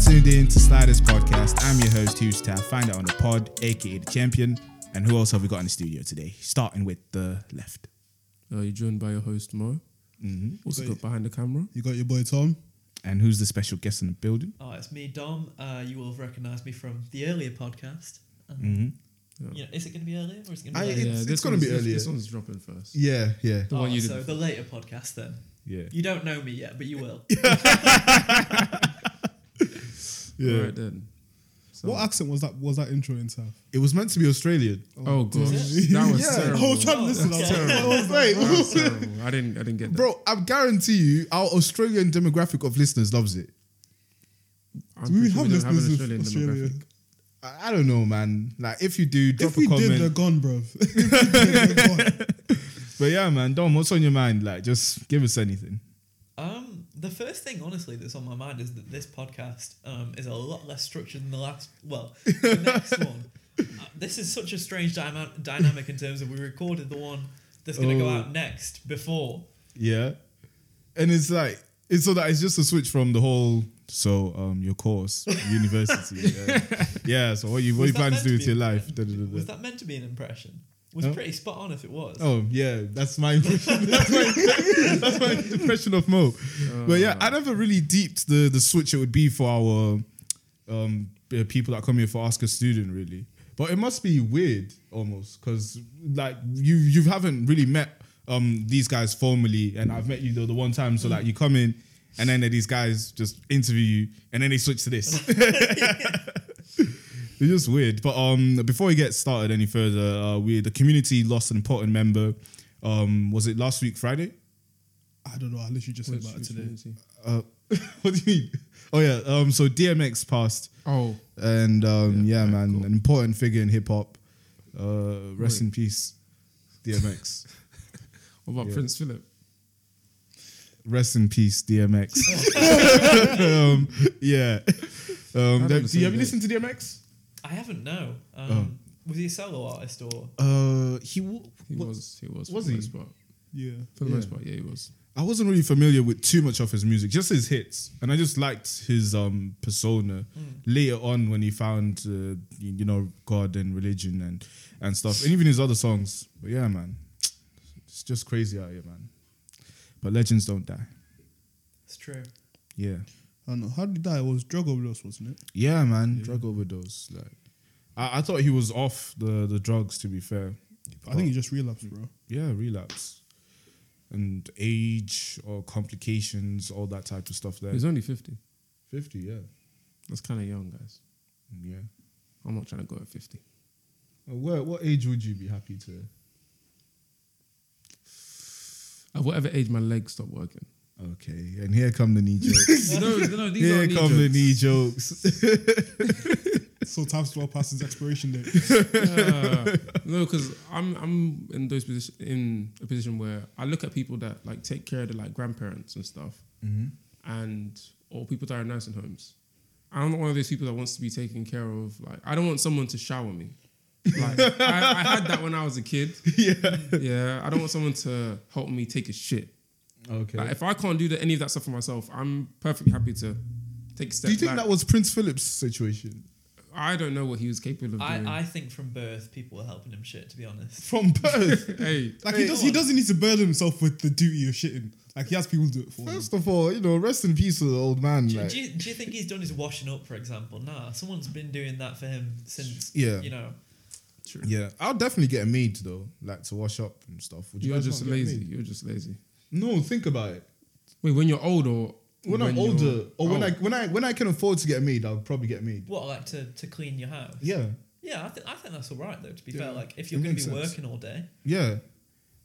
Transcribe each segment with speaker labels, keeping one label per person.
Speaker 1: tuned in to Sliders Podcast. I'm your host, Huge Tab. Find out on the pod, aka the champion. And who else have we got in the studio today? Starting with the left.
Speaker 2: Uh, you're joined by your host Mo. Mm-hmm. Also got behind the camera.
Speaker 3: You got your boy Tom.
Speaker 1: And who's the special guest in the building?
Speaker 4: Oh, it's me, Dom. Uh, you will have recognised me from the earlier podcast. Um, you know, is it going to be earlier or is it going to
Speaker 3: I-
Speaker 4: be later?
Speaker 3: it's- it's
Speaker 2: this
Speaker 3: gonna
Speaker 2: one's-
Speaker 3: be
Speaker 2: this-
Speaker 3: earlier.
Speaker 2: This one's dropping first.
Speaker 3: Yeah, yeah.
Speaker 2: The one
Speaker 4: Oh,
Speaker 2: you
Speaker 4: so
Speaker 2: did.
Speaker 4: the later podcast then.
Speaker 1: Yeah.
Speaker 4: You don't know me yet, but you will.
Speaker 3: Yeah.
Speaker 2: All right then. So-
Speaker 3: What accent was that? Was that intro in South?
Speaker 1: It was meant to be Australian.
Speaker 2: oh gosh,
Speaker 4: it?
Speaker 2: that was
Speaker 3: yeah,
Speaker 2: terrible.
Speaker 3: I
Speaker 1: Oh,
Speaker 3: was trying to listen. I was
Speaker 4: Okay.
Speaker 3: like, what was that?
Speaker 2: That was terrible. I didn't. I didn't get that.
Speaker 1: Bro, I guarantee you our Australian demographic of listeners loves it.
Speaker 2: I'm
Speaker 3: Do
Speaker 2: pretty
Speaker 3: we
Speaker 2: sure
Speaker 3: have
Speaker 2: don't have an
Speaker 3: listeners
Speaker 2: Australian
Speaker 3: in Australia?
Speaker 2: demographic.
Speaker 1: I, I don't know, man. Like if you do, drop
Speaker 3: If we
Speaker 1: a comment.
Speaker 3: did, they're gone, bro. if we did, they're gone.
Speaker 1: but yeah, man, Dom, what's on your mind? Like, just give us anything.
Speaker 4: um, the first thing, honestly, that's on my mind is that this podcast um, is a lot less structured than the last. Well, the next one. Uh, this is such a strange dyma- dynamic in terms of we recorded the one that's going to
Speaker 1: Oh.
Speaker 4: go out next before.
Speaker 1: Yeah. And it's like it's so that it's just a switch from the whole so um your course, university. yeah. yeah, so what you what
Speaker 4: Was
Speaker 1: you
Speaker 4: that
Speaker 1: plan to
Speaker 4: meant to
Speaker 1: do with
Speaker 4: be
Speaker 1: your
Speaker 4: an
Speaker 1: life? Da,
Speaker 4: impression?
Speaker 1: da, da, da.
Speaker 4: Was that meant to be an impression? Was
Speaker 1: No.
Speaker 4: pretty spot on if it was.
Speaker 1: Oh yeah, that's my impression. that's, my, that's my impression of Mo. but yeah, I never really deeped the the switch it would be for our um uh, people that come here for Ask a Student really. But it must be weird almost because like you you haven't really met um these guys formally, and I've met you the, the one time. So like you come in, and then these guys just interview you, and then they switch to this. It's just weird. But um, before we get started any further, uh, we the community lost an important member. Um, was it last week Friday?
Speaker 3: I don't know. I literally just said
Speaker 2: Which-
Speaker 3: about it
Speaker 2: which
Speaker 3: today.
Speaker 2: community?
Speaker 1: Uh, what do you mean? Oh yeah. Um, so DMX passed,
Speaker 2: Oh,
Speaker 1: and um, yeah,
Speaker 2: Yeah,
Speaker 1: man,
Speaker 2: cool.
Speaker 1: an important figure in hip hop. Uh, rest
Speaker 2: Wait.
Speaker 1: in peace, DMX.
Speaker 2: what about
Speaker 1: Yeah.
Speaker 2: Prince Philip?
Speaker 1: rest in peace, DMX. um, yeah. Um,
Speaker 2: I
Speaker 1: do you
Speaker 2: don't
Speaker 1: have
Speaker 2: understand
Speaker 1: you
Speaker 2: that.
Speaker 1: listened to DMX?
Speaker 4: I haven't, no. Um, Was he a solo artist or.
Speaker 1: Uh, he. W-
Speaker 2: He
Speaker 1: wa-
Speaker 2: was. He was.
Speaker 1: was he?
Speaker 2: for The most part.
Speaker 3: Yeah.
Speaker 2: For the
Speaker 1: Yeah.
Speaker 2: most part, yeah, he was.
Speaker 1: I wasn't really familiar with too much of his music, just his hits, and I just liked his um persona. Later on, when he found uh, y- you know God and religion and and stuff, and even his other songs. But yeah, man, it's just crazy out here, man. But legends don't die.
Speaker 4: It's true.
Speaker 1: Yeah,
Speaker 3: I don't know. How did he die? It was drug overdose, wasn't it?
Speaker 1: yeah, man. Drug overdose. Like, I, I thought he was off the the drugs. To be fair,
Speaker 3: I think he just relapsed, bro.
Speaker 1: yeah, relapse and age or complications, all that type of stuff. There,
Speaker 2: He's only fifty.
Speaker 1: fifty. Yeah,
Speaker 2: That's kind of young, guys.
Speaker 1: yeah.
Speaker 2: I'm not trying to go at fifty.
Speaker 1: What what age would you be happy to?
Speaker 2: At whatever age my legs stop working.
Speaker 1: Okay, and here come the knee jokes.
Speaker 2: no, no, these
Speaker 1: here
Speaker 2: are
Speaker 1: come the knee jokes.
Speaker 3: So time's well past his expiration date.
Speaker 2: Yeah. no, because I'm I'm in those position in a position where I look at people that like take care of their like grandparents and stuff, Mm-hmm. and or people that are in nursing homes. I'm not one of those people that wants to be taken care of. Like I don't want someone to shower me. Like I, I had that when I was a kid.
Speaker 1: yeah.
Speaker 2: Yeah, I don't want someone to help me take a shit.
Speaker 1: Okay.
Speaker 2: Like if I can't do the, any of that stuff for myself, I'm perfectly happy to take steps.
Speaker 1: Do you think
Speaker 2: back.
Speaker 1: that was Prince Philip's situation
Speaker 2: I don't know what he was capable of doing.
Speaker 4: I, I think from birth, people were helping him shit, to be honest.
Speaker 1: from birth?
Speaker 2: hey,
Speaker 3: Like he does. He doesn't need to burden himself with the duty of shitting. Like he has people do it for
Speaker 2: Mm.
Speaker 3: him.
Speaker 1: First of all, you know, rest in peace to the old man.
Speaker 4: Do,
Speaker 1: like-
Speaker 4: do, you, do you think he's done his washing up, for example? Nah, someone's been doing that for him since,
Speaker 1: Yeah.
Speaker 4: you know.
Speaker 2: true.
Speaker 1: yeah, I'll definitely get a maid though, like to wash up and stuff. Would you
Speaker 2: You're
Speaker 1: guys
Speaker 2: just
Speaker 1: not get a
Speaker 2: lazy.
Speaker 1: maid?
Speaker 2: You're just lazy.
Speaker 1: No, think about it.
Speaker 2: Wait, when you're old or
Speaker 1: When, I'm
Speaker 2: you're-
Speaker 1: older, or when
Speaker 2: Oh,
Speaker 1: I when I when I can afford to get a maid, I'll probably get a maid.
Speaker 4: What, like to, to clean your house?
Speaker 1: Yeah,
Speaker 4: Yeah, I, th- I think that's all right, though, to be
Speaker 1: Yeah.
Speaker 4: fair. Like, if you're
Speaker 1: It
Speaker 4: going to be
Speaker 1: makes sense.
Speaker 4: working all day,
Speaker 1: yeah.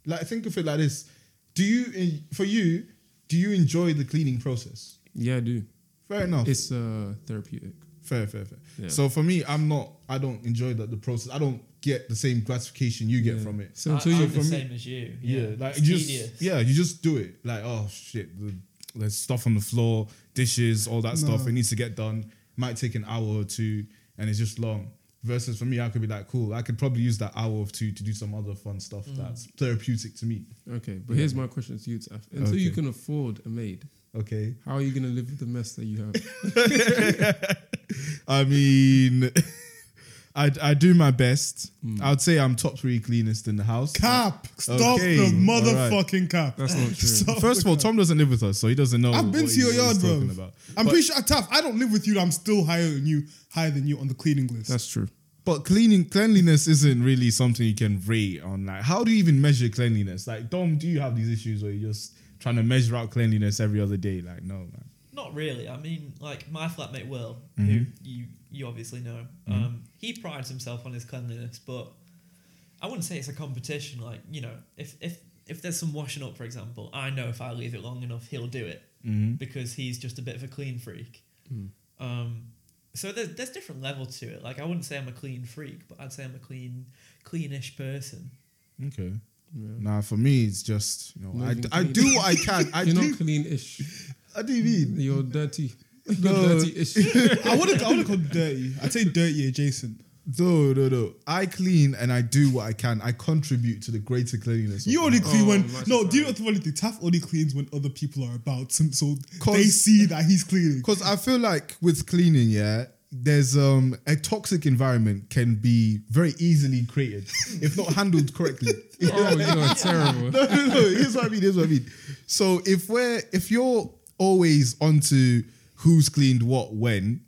Speaker 1: Like think of it like this: Do you eh, for you? Do you enjoy the cleaning process?
Speaker 2: yeah, I do.
Speaker 1: Fair enough.
Speaker 2: It's uh, therapeutic.
Speaker 1: Fair, fair, fair.
Speaker 2: Yeah.
Speaker 1: So for me, I'm not. I don't enjoy that the process. I don't get the same gratification you get
Speaker 2: Yeah.
Speaker 1: from it.
Speaker 2: So
Speaker 4: I,
Speaker 2: until
Speaker 4: I'm
Speaker 2: you
Speaker 4: the
Speaker 2: from
Speaker 4: same as you. Yeah,
Speaker 1: like
Speaker 4: it's
Speaker 1: you just
Speaker 4: tedious.
Speaker 1: yeah, you just do it. Like oh shit, the, there's stuff on the floor, dishes, all that stuff.
Speaker 3: No.
Speaker 1: It needs to get done. Might take an hour or two, and it's just long. Versus for me, I could be like, cool. I could probably use that hour or two to do some other fun
Speaker 2: Mm.
Speaker 1: stuff that's therapeutic to me.
Speaker 2: okay, but here's my question to you, Taf. Until you
Speaker 1: Okay.
Speaker 2: can afford a maid,
Speaker 1: Okay.
Speaker 2: How are you going to live with the mess that you have?
Speaker 1: I mean, I, I do my best.
Speaker 2: Mm.
Speaker 1: I'd say I'm top three cleanest in the house.
Speaker 3: Cap. Stop
Speaker 1: Okay,
Speaker 3: the
Speaker 1: all right.
Speaker 3: motherfucking cap.
Speaker 2: That's not true.
Speaker 3: Stop
Speaker 1: First of
Speaker 3: the
Speaker 1: all,
Speaker 3: cap.
Speaker 1: Tom doesn't live with us, so he doesn't know.
Speaker 3: Oh I've been
Speaker 1: what
Speaker 3: to your
Speaker 1: he's
Speaker 3: yard, bro.
Speaker 1: talking About.
Speaker 3: I'm
Speaker 1: but,
Speaker 3: pretty sure, Taff, I don't live with you. I'm still higher than you, higher than you on the cleaning list.
Speaker 2: That's true.
Speaker 1: but cleaning cleanliness isn't really something you can rate on. Like, how do you even measure cleanliness? Like, Dom, do you have these issues where you're just trying to measure out cleanliness every other day? Like, no, man.
Speaker 4: Not really. I mean, like my flatmate Will, who
Speaker 1: Mhm.
Speaker 4: you you obviously know,
Speaker 1: Mm-hmm.
Speaker 4: um, he prides himself on his cleanliness, but I wouldn't say it's a competition. Like you know, if if if there's some washing up, for example, I know if I leave it long enough, he'll do it
Speaker 1: Mm-hmm.
Speaker 4: because he's just a bit of a clean freak.
Speaker 2: Mm.
Speaker 4: Um, so there's there's different levels to it. Like I wouldn't say I'm a clean freak, but I'd say I'm a clean cleanish person.
Speaker 1: Okay.
Speaker 2: Yeah.
Speaker 1: Nah, for me, it's just you know,
Speaker 2: Not
Speaker 1: I,
Speaker 2: even
Speaker 1: I do what I can. I
Speaker 2: You're
Speaker 1: do.
Speaker 2: not clean-ish.
Speaker 1: I do mean.
Speaker 2: You're dirty.
Speaker 1: No.
Speaker 2: You're dirty-ish.
Speaker 3: I wouldn't. I wouldn't call it dirty. I'd say dirty adjacent.
Speaker 1: No, no, no. I clean and I do what I can. I contribute to the greater cleanliness. of
Speaker 3: You
Speaker 1: the
Speaker 3: only
Speaker 1: house.
Speaker 3: clean
Speaker 2: Oh,
Speaker 3: when
Speaker 2: nice
Speaker 3: no. Do
Speaker 2: try.
Speaker 3: you know what the funny thing? Taff only cleans when other people are about, so so they
Speaker 1: 'Cause-
Speaker 3: see that he's cleaning.
Speaker 1: Because I feel like with cleaning, yeah, there's um a toxic environment can be very easily created if not handled correctly.
Speaker 2: Oh, you're terrible.
Speaker 1: no, no, no. Here's what I mean. Here's what I mean. So if we're if you're always onto who's cleaned what when,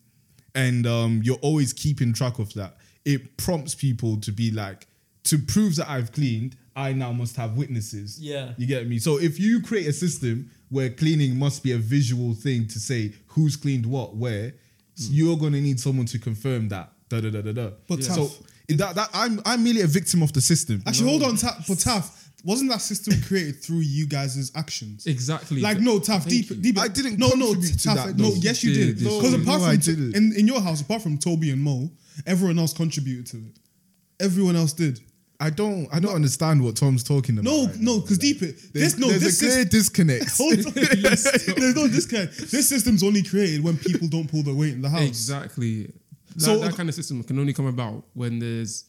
Speaker 1: and um, you're always keeping track of that, it prompts people to be like to prove that I've cleaned. I now must have witnesses.
Speaker 4: Yeah.
Speaker 1: You get me? So if you create a system where cleaning must be a visual thing to say who's cleaned what where, s- you're gonna need someone to confirm that. Da da da da da.
Speaker 3: Hmm. But Yeah.
Speaker 1: so that, that I'm I'm merely a victim of the system.
Speaker 3: Actually, hold on, Taff. But Taff, wasn't that system created through you guys' actions?
Speaker 2: Exactly.
Speaker 3: Like no, Taff,
Speaker 2: Thank
Speaker 3: deep,
Speaker 2: you.
Speaker 3: deep.
Speaker 1: I didn't
Speaker 3: No, no,
Speaker 1: contribute to
Speaker 3: Taff.
Speaker 1: that,
Speaker 3: no,
Speaker 1: though.
Speaker 3: yes, you
Speaker 2: You
Speaker 3: did.
Speaker 2: did. No,
Speaker 3: Because
Speaker 1: no,
Speaker 3: apart
Speaker 1: I
Speaker 3: from
Speaker 1: didn't.
Speaker 3: in, in your house, apart from Toby and Mo, everyone else contributed to it. Everyone else did.
Speaker 1: I don't I don't understand what Tom's talking about.
Speaker 3: No,
Speaker 1: right now.
Speaker 3: no, because deep it.
Speaker 1: There's,
Speaker 3: This no,
Speaker 1: there's
Speaker 3: this
Speaker 1: a clear
Speaker 3: system-
Speaker 1: disconnect.
Speaker 3: Hold on. There's no disconnect. This system's only created when people don't pull their weight in the house.
Speaker 2: Exactly. That,
Speaker 3: So-
Speaker 2: that kind of system can only come about when there's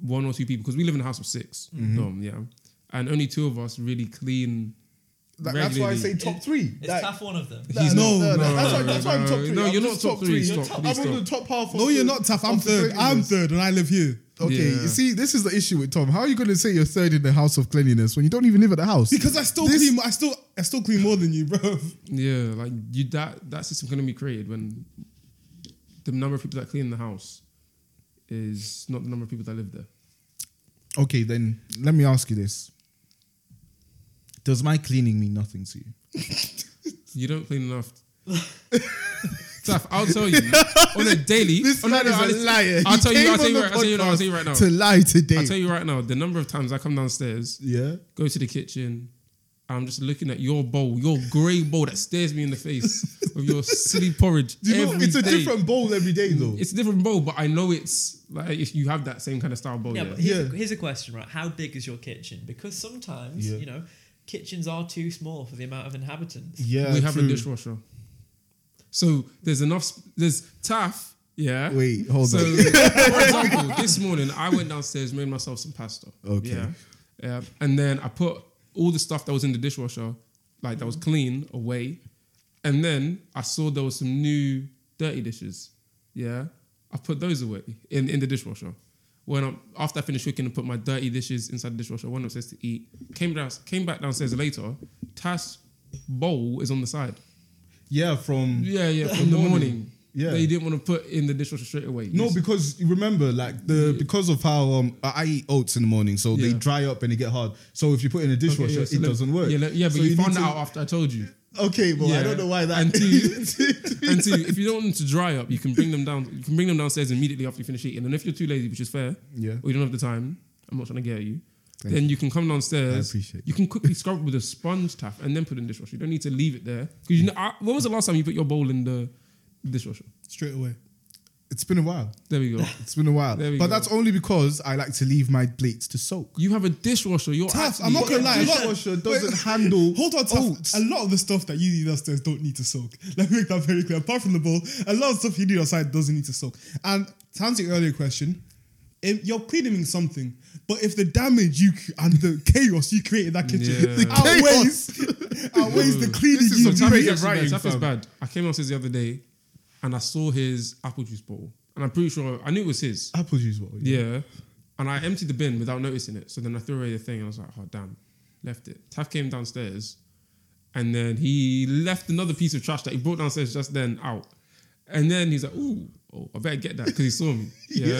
Speaker 2: one or two people because we live in a house of 6
Speaker 1: Mm-hmm.
Speaker 2: Dom, yeah, and only two of us really clean.
Speaker 1: Like, that's why I say
Speaker 2: regularly.
Speaker 1: top three.
Speaker 4: Is
Speaker 1: Like,
Speaker 4: Taff one of them?
Speaker 1: nah,
Speaker 3: He's
Speaker 1: no,
Speaker 3: not.
Speaker 1: no,
Speaker 3: No,
Speaker 1: that's why,
Speaker 2: no,
Speaker 1: that's why I'm
Speaker 2: no,
Speaker 1: top three.
Speaker 2: no,
Speaker 1: I'm
Speaker 2: you're
Speaker 1: just
Speaker 2: not top three,
Speaker 1: You're
Speaker 2: stop,
Speaker 1: top-
Speaker 2: please
Speaker 1: I'm on the
Speaker 2: stop.
Speaker 1: top half. of
Speaker 3: No, you're
Speaker 1: the-
Speaker 3: not tough. I'm
Speaker 1: of the
Speaker 3: third. I'm
Speaker 1: cleanliness.
Speaker 3: third, and I live here.
Speaker 1: Okay,
Speaker 2: Yeah.
Speaker 1: you see, this is the issue with Tom. How are you going to say you're third in the house of cleanliness when you don't even live at the house?
Speaker 3: Because I still
Speaker 1: This-
Speaker 3: clean. I still, I still clean more than you, bro.
Speaker 2: Yeah, like you that that system can only be created when the number of people that clean the house is not the number of people that live there.
Speaker 1: Okay, then let me ask you this: Does my cleaning mean nothing to you?
Speaker 2: You don't clean enough. Staff, I'll tell you on a daily. on a, Oh, I'll- I'll tell you. I'll tell you, right, I'll tell you. I'll tell you right now.
Speaker 1: To lie today.
Speaker 2: I'll tell you right now. The number of times I come downstairs
Speaker 1: yeah.
Speaker 2: go to the kitchen. I'm just looking at your bowl, your grey bowl that stares me in the face of your silly porridge.
Speaker 1: Do you know,
Speaker 2: every
Speaker 1: it's a
Speaker 2: day.
Speaker 1: different bowl every day, though.
Speaker 2: It's a different bowl, but I know it's like if you have that same kind of style bowl.
Speaker 4: yeah,
Speaker 2: Oh, Yeah,
Speaker 4: but here's,
Speaker 1: Yeah.
Speaker 4: A, here's a question, right? How big is your kitchen? Because sometimes,
Speaker 1: Yeah.
Speaker 4: you know, kitchens are too small for the amount of inhabitants.
Speaker 1: yeah,
Speaker 2: we have
Speaker 1: true.
Speaker 2: a dishwasher, so there's enough. Sp- there's taff. Yeah.
Speaker 1: Wait, hold
Speaker 2: so,
Speaker 1: on.
Speaker 2: for example, this morning I went downstairs, made myself some pasta.
Speaker 1: Okay.
Speaker 2: Yeah. Yeah. And then I put all the stuff that was in the dishwasher, like that was clean, away. And then I saw there was some new dirty dishes. Yeah. I put those away in, in the dishwasher. When I'm, after I finished cooking and put my dirty dishes inside the dishwasher, went upstairs to eat. Came down, came back downstairs later. Tash bowl is on the side.
Speaker 1: Yeah, from
Speaker 2: Yeah, yeah, from the morning.
Speaker 1: Yeah.
Speaker 2: They didn't want to put in the dishwasher straight away.
Speaker 1: No,
Speaker 2: Yes.
Speaker 1: because you remember, like the because of how um I I eat oats in the morning, so they
Speaker 2: Yeah.
Speaker 1: dry up and they get hard. So if you put it in a dishwasher,
Speaker 2: Okay, yeah, so
Speaker 1: it
Speaker 2: let-
Speaker 1: doesn't work.
Speaker 2: Yeah, let- yeah but
Speaker 1: So
Speaker 2: you,
Speaker 1: need
Speaker 2: found
Speaker 1: to-
Speaker 2: that out after I told you.
Speaker 1: Okay, but I
Speaker 2: Yeah.
Speaker 1: don't know why that.
Speaker 2: And two- and two, if you don't want them to dry up, you can bring them down. You can bring them downstairs immediately after you finish eating. And if you're too lazy, which is fair,
Speaker 1: yeah,
Speaker 2: or you don't have the time, I'm not trying to get at you.
Speaker 1: Thank
Speaker 2: then you can come
Speaker 1: I
Speaker 2: downstairs.
Speaker 1: appreciate.
Speaker 2: You can quickly scrub with a sponge tap and then put it in the dishwasher. You don't need to leave it there. Because you know, I, when was the last time you put your bowl in the dishwasher?
Speaker 3: Straight away.
Speaker 1: It's been a while.
Speaker 2: There we go.
Speaker 1: It's been a while,
Speaker 2: There
Speaker 1: but
Speaker 2: we go.
Speaker 1: that's only because I like to leave my plates to soak.
Speaker 2: You have a dishwasher. You're
Speaker 3: Taff,
Speaker 2: actually-
Speaker 3: I'm not gonna lie. A lot,
Speaker 1: Dishwasher
Speaker 3: wait,
Speaker 1: doesn't handle
Speaker 3: Hold on, Taff.
Speaker 1: oats.
Speaker 3: A lot of the stuff that you need upstairs don't need to soak. Let me make that very clear. Apart from the bowl, a lot of stuff you need outside doesn't need to soak. And to answer your earlier question, It, you're cleaning something, but if the damage you c- and the chaos you create in that kitchen
Speaker 2: Yeah. The
Speaker 3: outweighs, outweighs the
Speaker 2: Ooh.
Speaker 3: cleaning
Speaker 1: This is
Speaker 3: you
Speaker 1: some
Speaker 3: do.
Speaker 1: great
Speaker 2: It's actually
Speaker 1: writing,
Speaker 2: bad. Safi's
Speaker 1: fam.
Speaker 2: bad. I came upstairs the other day and I saw his apple juice bottle. And I'm pretty sure I knew it was his.
Speaker 1: Apple juice bottle.
Speaker 2: Yeah. And I emptied the bin without noticing it. So then I threw away the thing and I was like, oh, damn. Left it. Taff came downstairs and then he left another piece of trash that he brought downstairs just then out. And then he's like, ooh, oh, I better get that because he saw me. Yeah.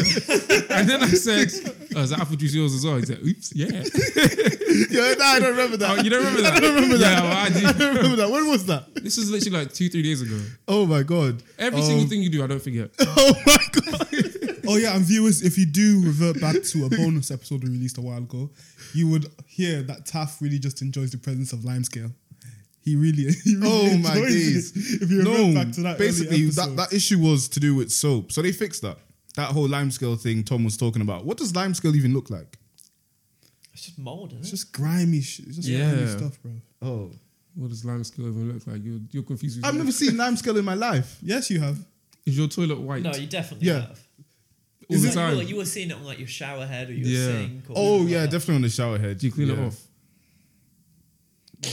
Speaker 2: and then I said, oh, is that apple juice yours as well? He's like, oops, yeah.
Speaker 1: yeah, nah, I don't remember that.
Speaker 2: Oh, you don't remember that?
Speaker 1: I don't remember that.
Speaker 2: Yeah, well, I
Speaker 1: I
Speaker 2: do.
Speaker 1: don't remember that. When was that?
Speaker 2: This was literally like two, three days ago.
Speaker 1: Oh my god.
Speaker 2: Every
Speaker 1: Um,
Speaker 2: single thing you do, I don't forget.
Speaker 1: Oh my god.
Speaker 3: Oh yeah, and viewers, if you do revert back to a bonus episode we released a while ago, you would hear that Taff really just enjoys the presence of limescale. He really, he really
Speaker 1: Oh my
Speaker 3: enjoys it.
Speaker 1: days.
Speaker 3: If you revert
Speaker 1: no,
Speaker 3: back to that,
Speaker 1: basically
Speaker 3: early
Speaker 1: that,
Speaker 3: episode.
Speaker 1: that issue was to do with soap. So they fixed that. That whole limescale thing Tom was talking about. What does limescale even look like?
Speaker 4: It's just mold, isn't
Speaker 3: it's
Speaker 4: it?
Speaker 3: just grimy, shit. it's just grimy
Speaker 2: Yeah.
Speaker 3: stuff, bro.
Speaker 1: Oh.
Speaker 2: What does lime scale even look like? You're, you're confused. with
Speaker 1: I've
Speaker 2: me.
Speaker 1: never seen limescale in my life.
Speaker 3: Yes, you have.
Speaker 2: Is your toilet white
Speaker 4: no,
Speaker 2: all
Speaker 4: you definitely
Speaker 1: Yeah.
Speaker 4: have.
Speaker 2: the
Speaker 4: like,
Speaker 2: time?
Speaker 4: well, you were seeing it on like your shower head or your
Speaker 2: Yeah.
Speaker 4: sink. Or
Speaker 1: Oh
Speaker 4: something
Speaker 1: yeah,
Speaker 4: like that.
Speaker 1: definitely on the shower head.
Speaker 2: do you clean
Speaker 1: yeah.
Speaker 2: it off?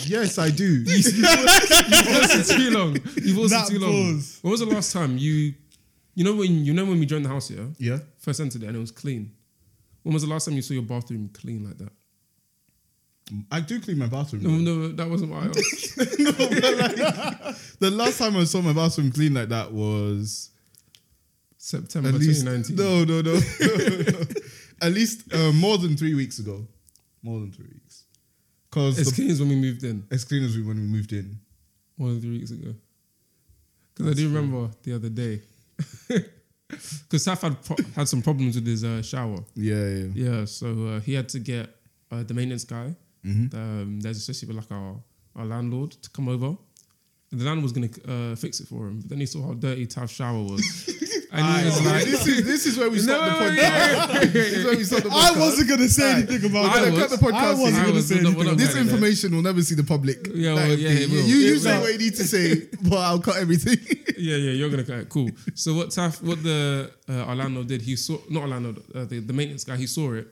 Speaker 1: Yes, I do.
Speaker 2: You've also too long. You've also
Speaker 3: That
Speaker 2: too long.
Speaker 3: pause.
Speaker 2: When was the last time you, you know when you know when we joined the house here,
Speaker 1: yeah.
Speaker 2: first entered it and it was clean. When was the last time you saw your bathroom clean like that?
Speaker 1: I do clean my bathroom.
Speaker 2: No, no, that wasn't my house.
Speaker 1: The last time I saw my bathroom clean like that was
Speaker 2: September
Speaker 1: at least
Speaker 2: 2019.
Speaker 1: no, no, no, at least uh, more than three weeks ago. More than three weeks, because
Speaker 2: It's clean as when we moved in,
Speaker 1: as clean as we when we moved in.
Speaker 2: more than three weeks ago. Because I do remember the other day. Because Saf had, pro- had some problems with his uh, shower.
Speaker 1: Yeah, yeah.
Speaker 2: Yeah, so uh, he had to get uh, the maintenance guy.
Speaker 1: Mhm.
Speaker 2: Um, there's associated with like our, our landlord to come over. And the landlord was gonna uh, fix it for him, but then he saw how dirty Tav's shower was, and he was
Speaker 1: Alright,
Speaker 2: like,
Speaker 1: this is this is where we stop
Speaker 2: No,
Speaker 1: the podcast.
Speaker 2: yeah, yeah, yeah.
Speaker 1: this is where we stop the podcast.
Speaker 3: I wasn't gonna say
Speaker 1: Right.
Speaker 3: anything about
Speaker 1: We're
Speaker 2: I
Speaker 1: gonna
Speaker 2: was.
Speaker 1: cut the podcast.
Speaker 3: I wasn't
Speaker 1: here.
Speaker 3: gonna
Speaker 2: was-
Speaker 3: say
Speaker 2: no,
Speaker 3: anything
Speaker 2: we're not
Speaker 1: This
Speaker 2: going there.
Speaker 1: information will never see the public.
Speaker 2: Yeah, well, yeah, it
Speaker 1: you,
Speaker 2: will.
Speaker 1: you, you
Speaker 2: It
Speaker 1: say
Speaker 2: will.
Speaker 1: what you need to say, but I'll cut everything.
Speaker 2: yeah, yeah, you're gonna cut it. Cool. So what Taf, what the uh, our landlord did, he saw not our landlord, uh, the, the maintenance guy, he saw it,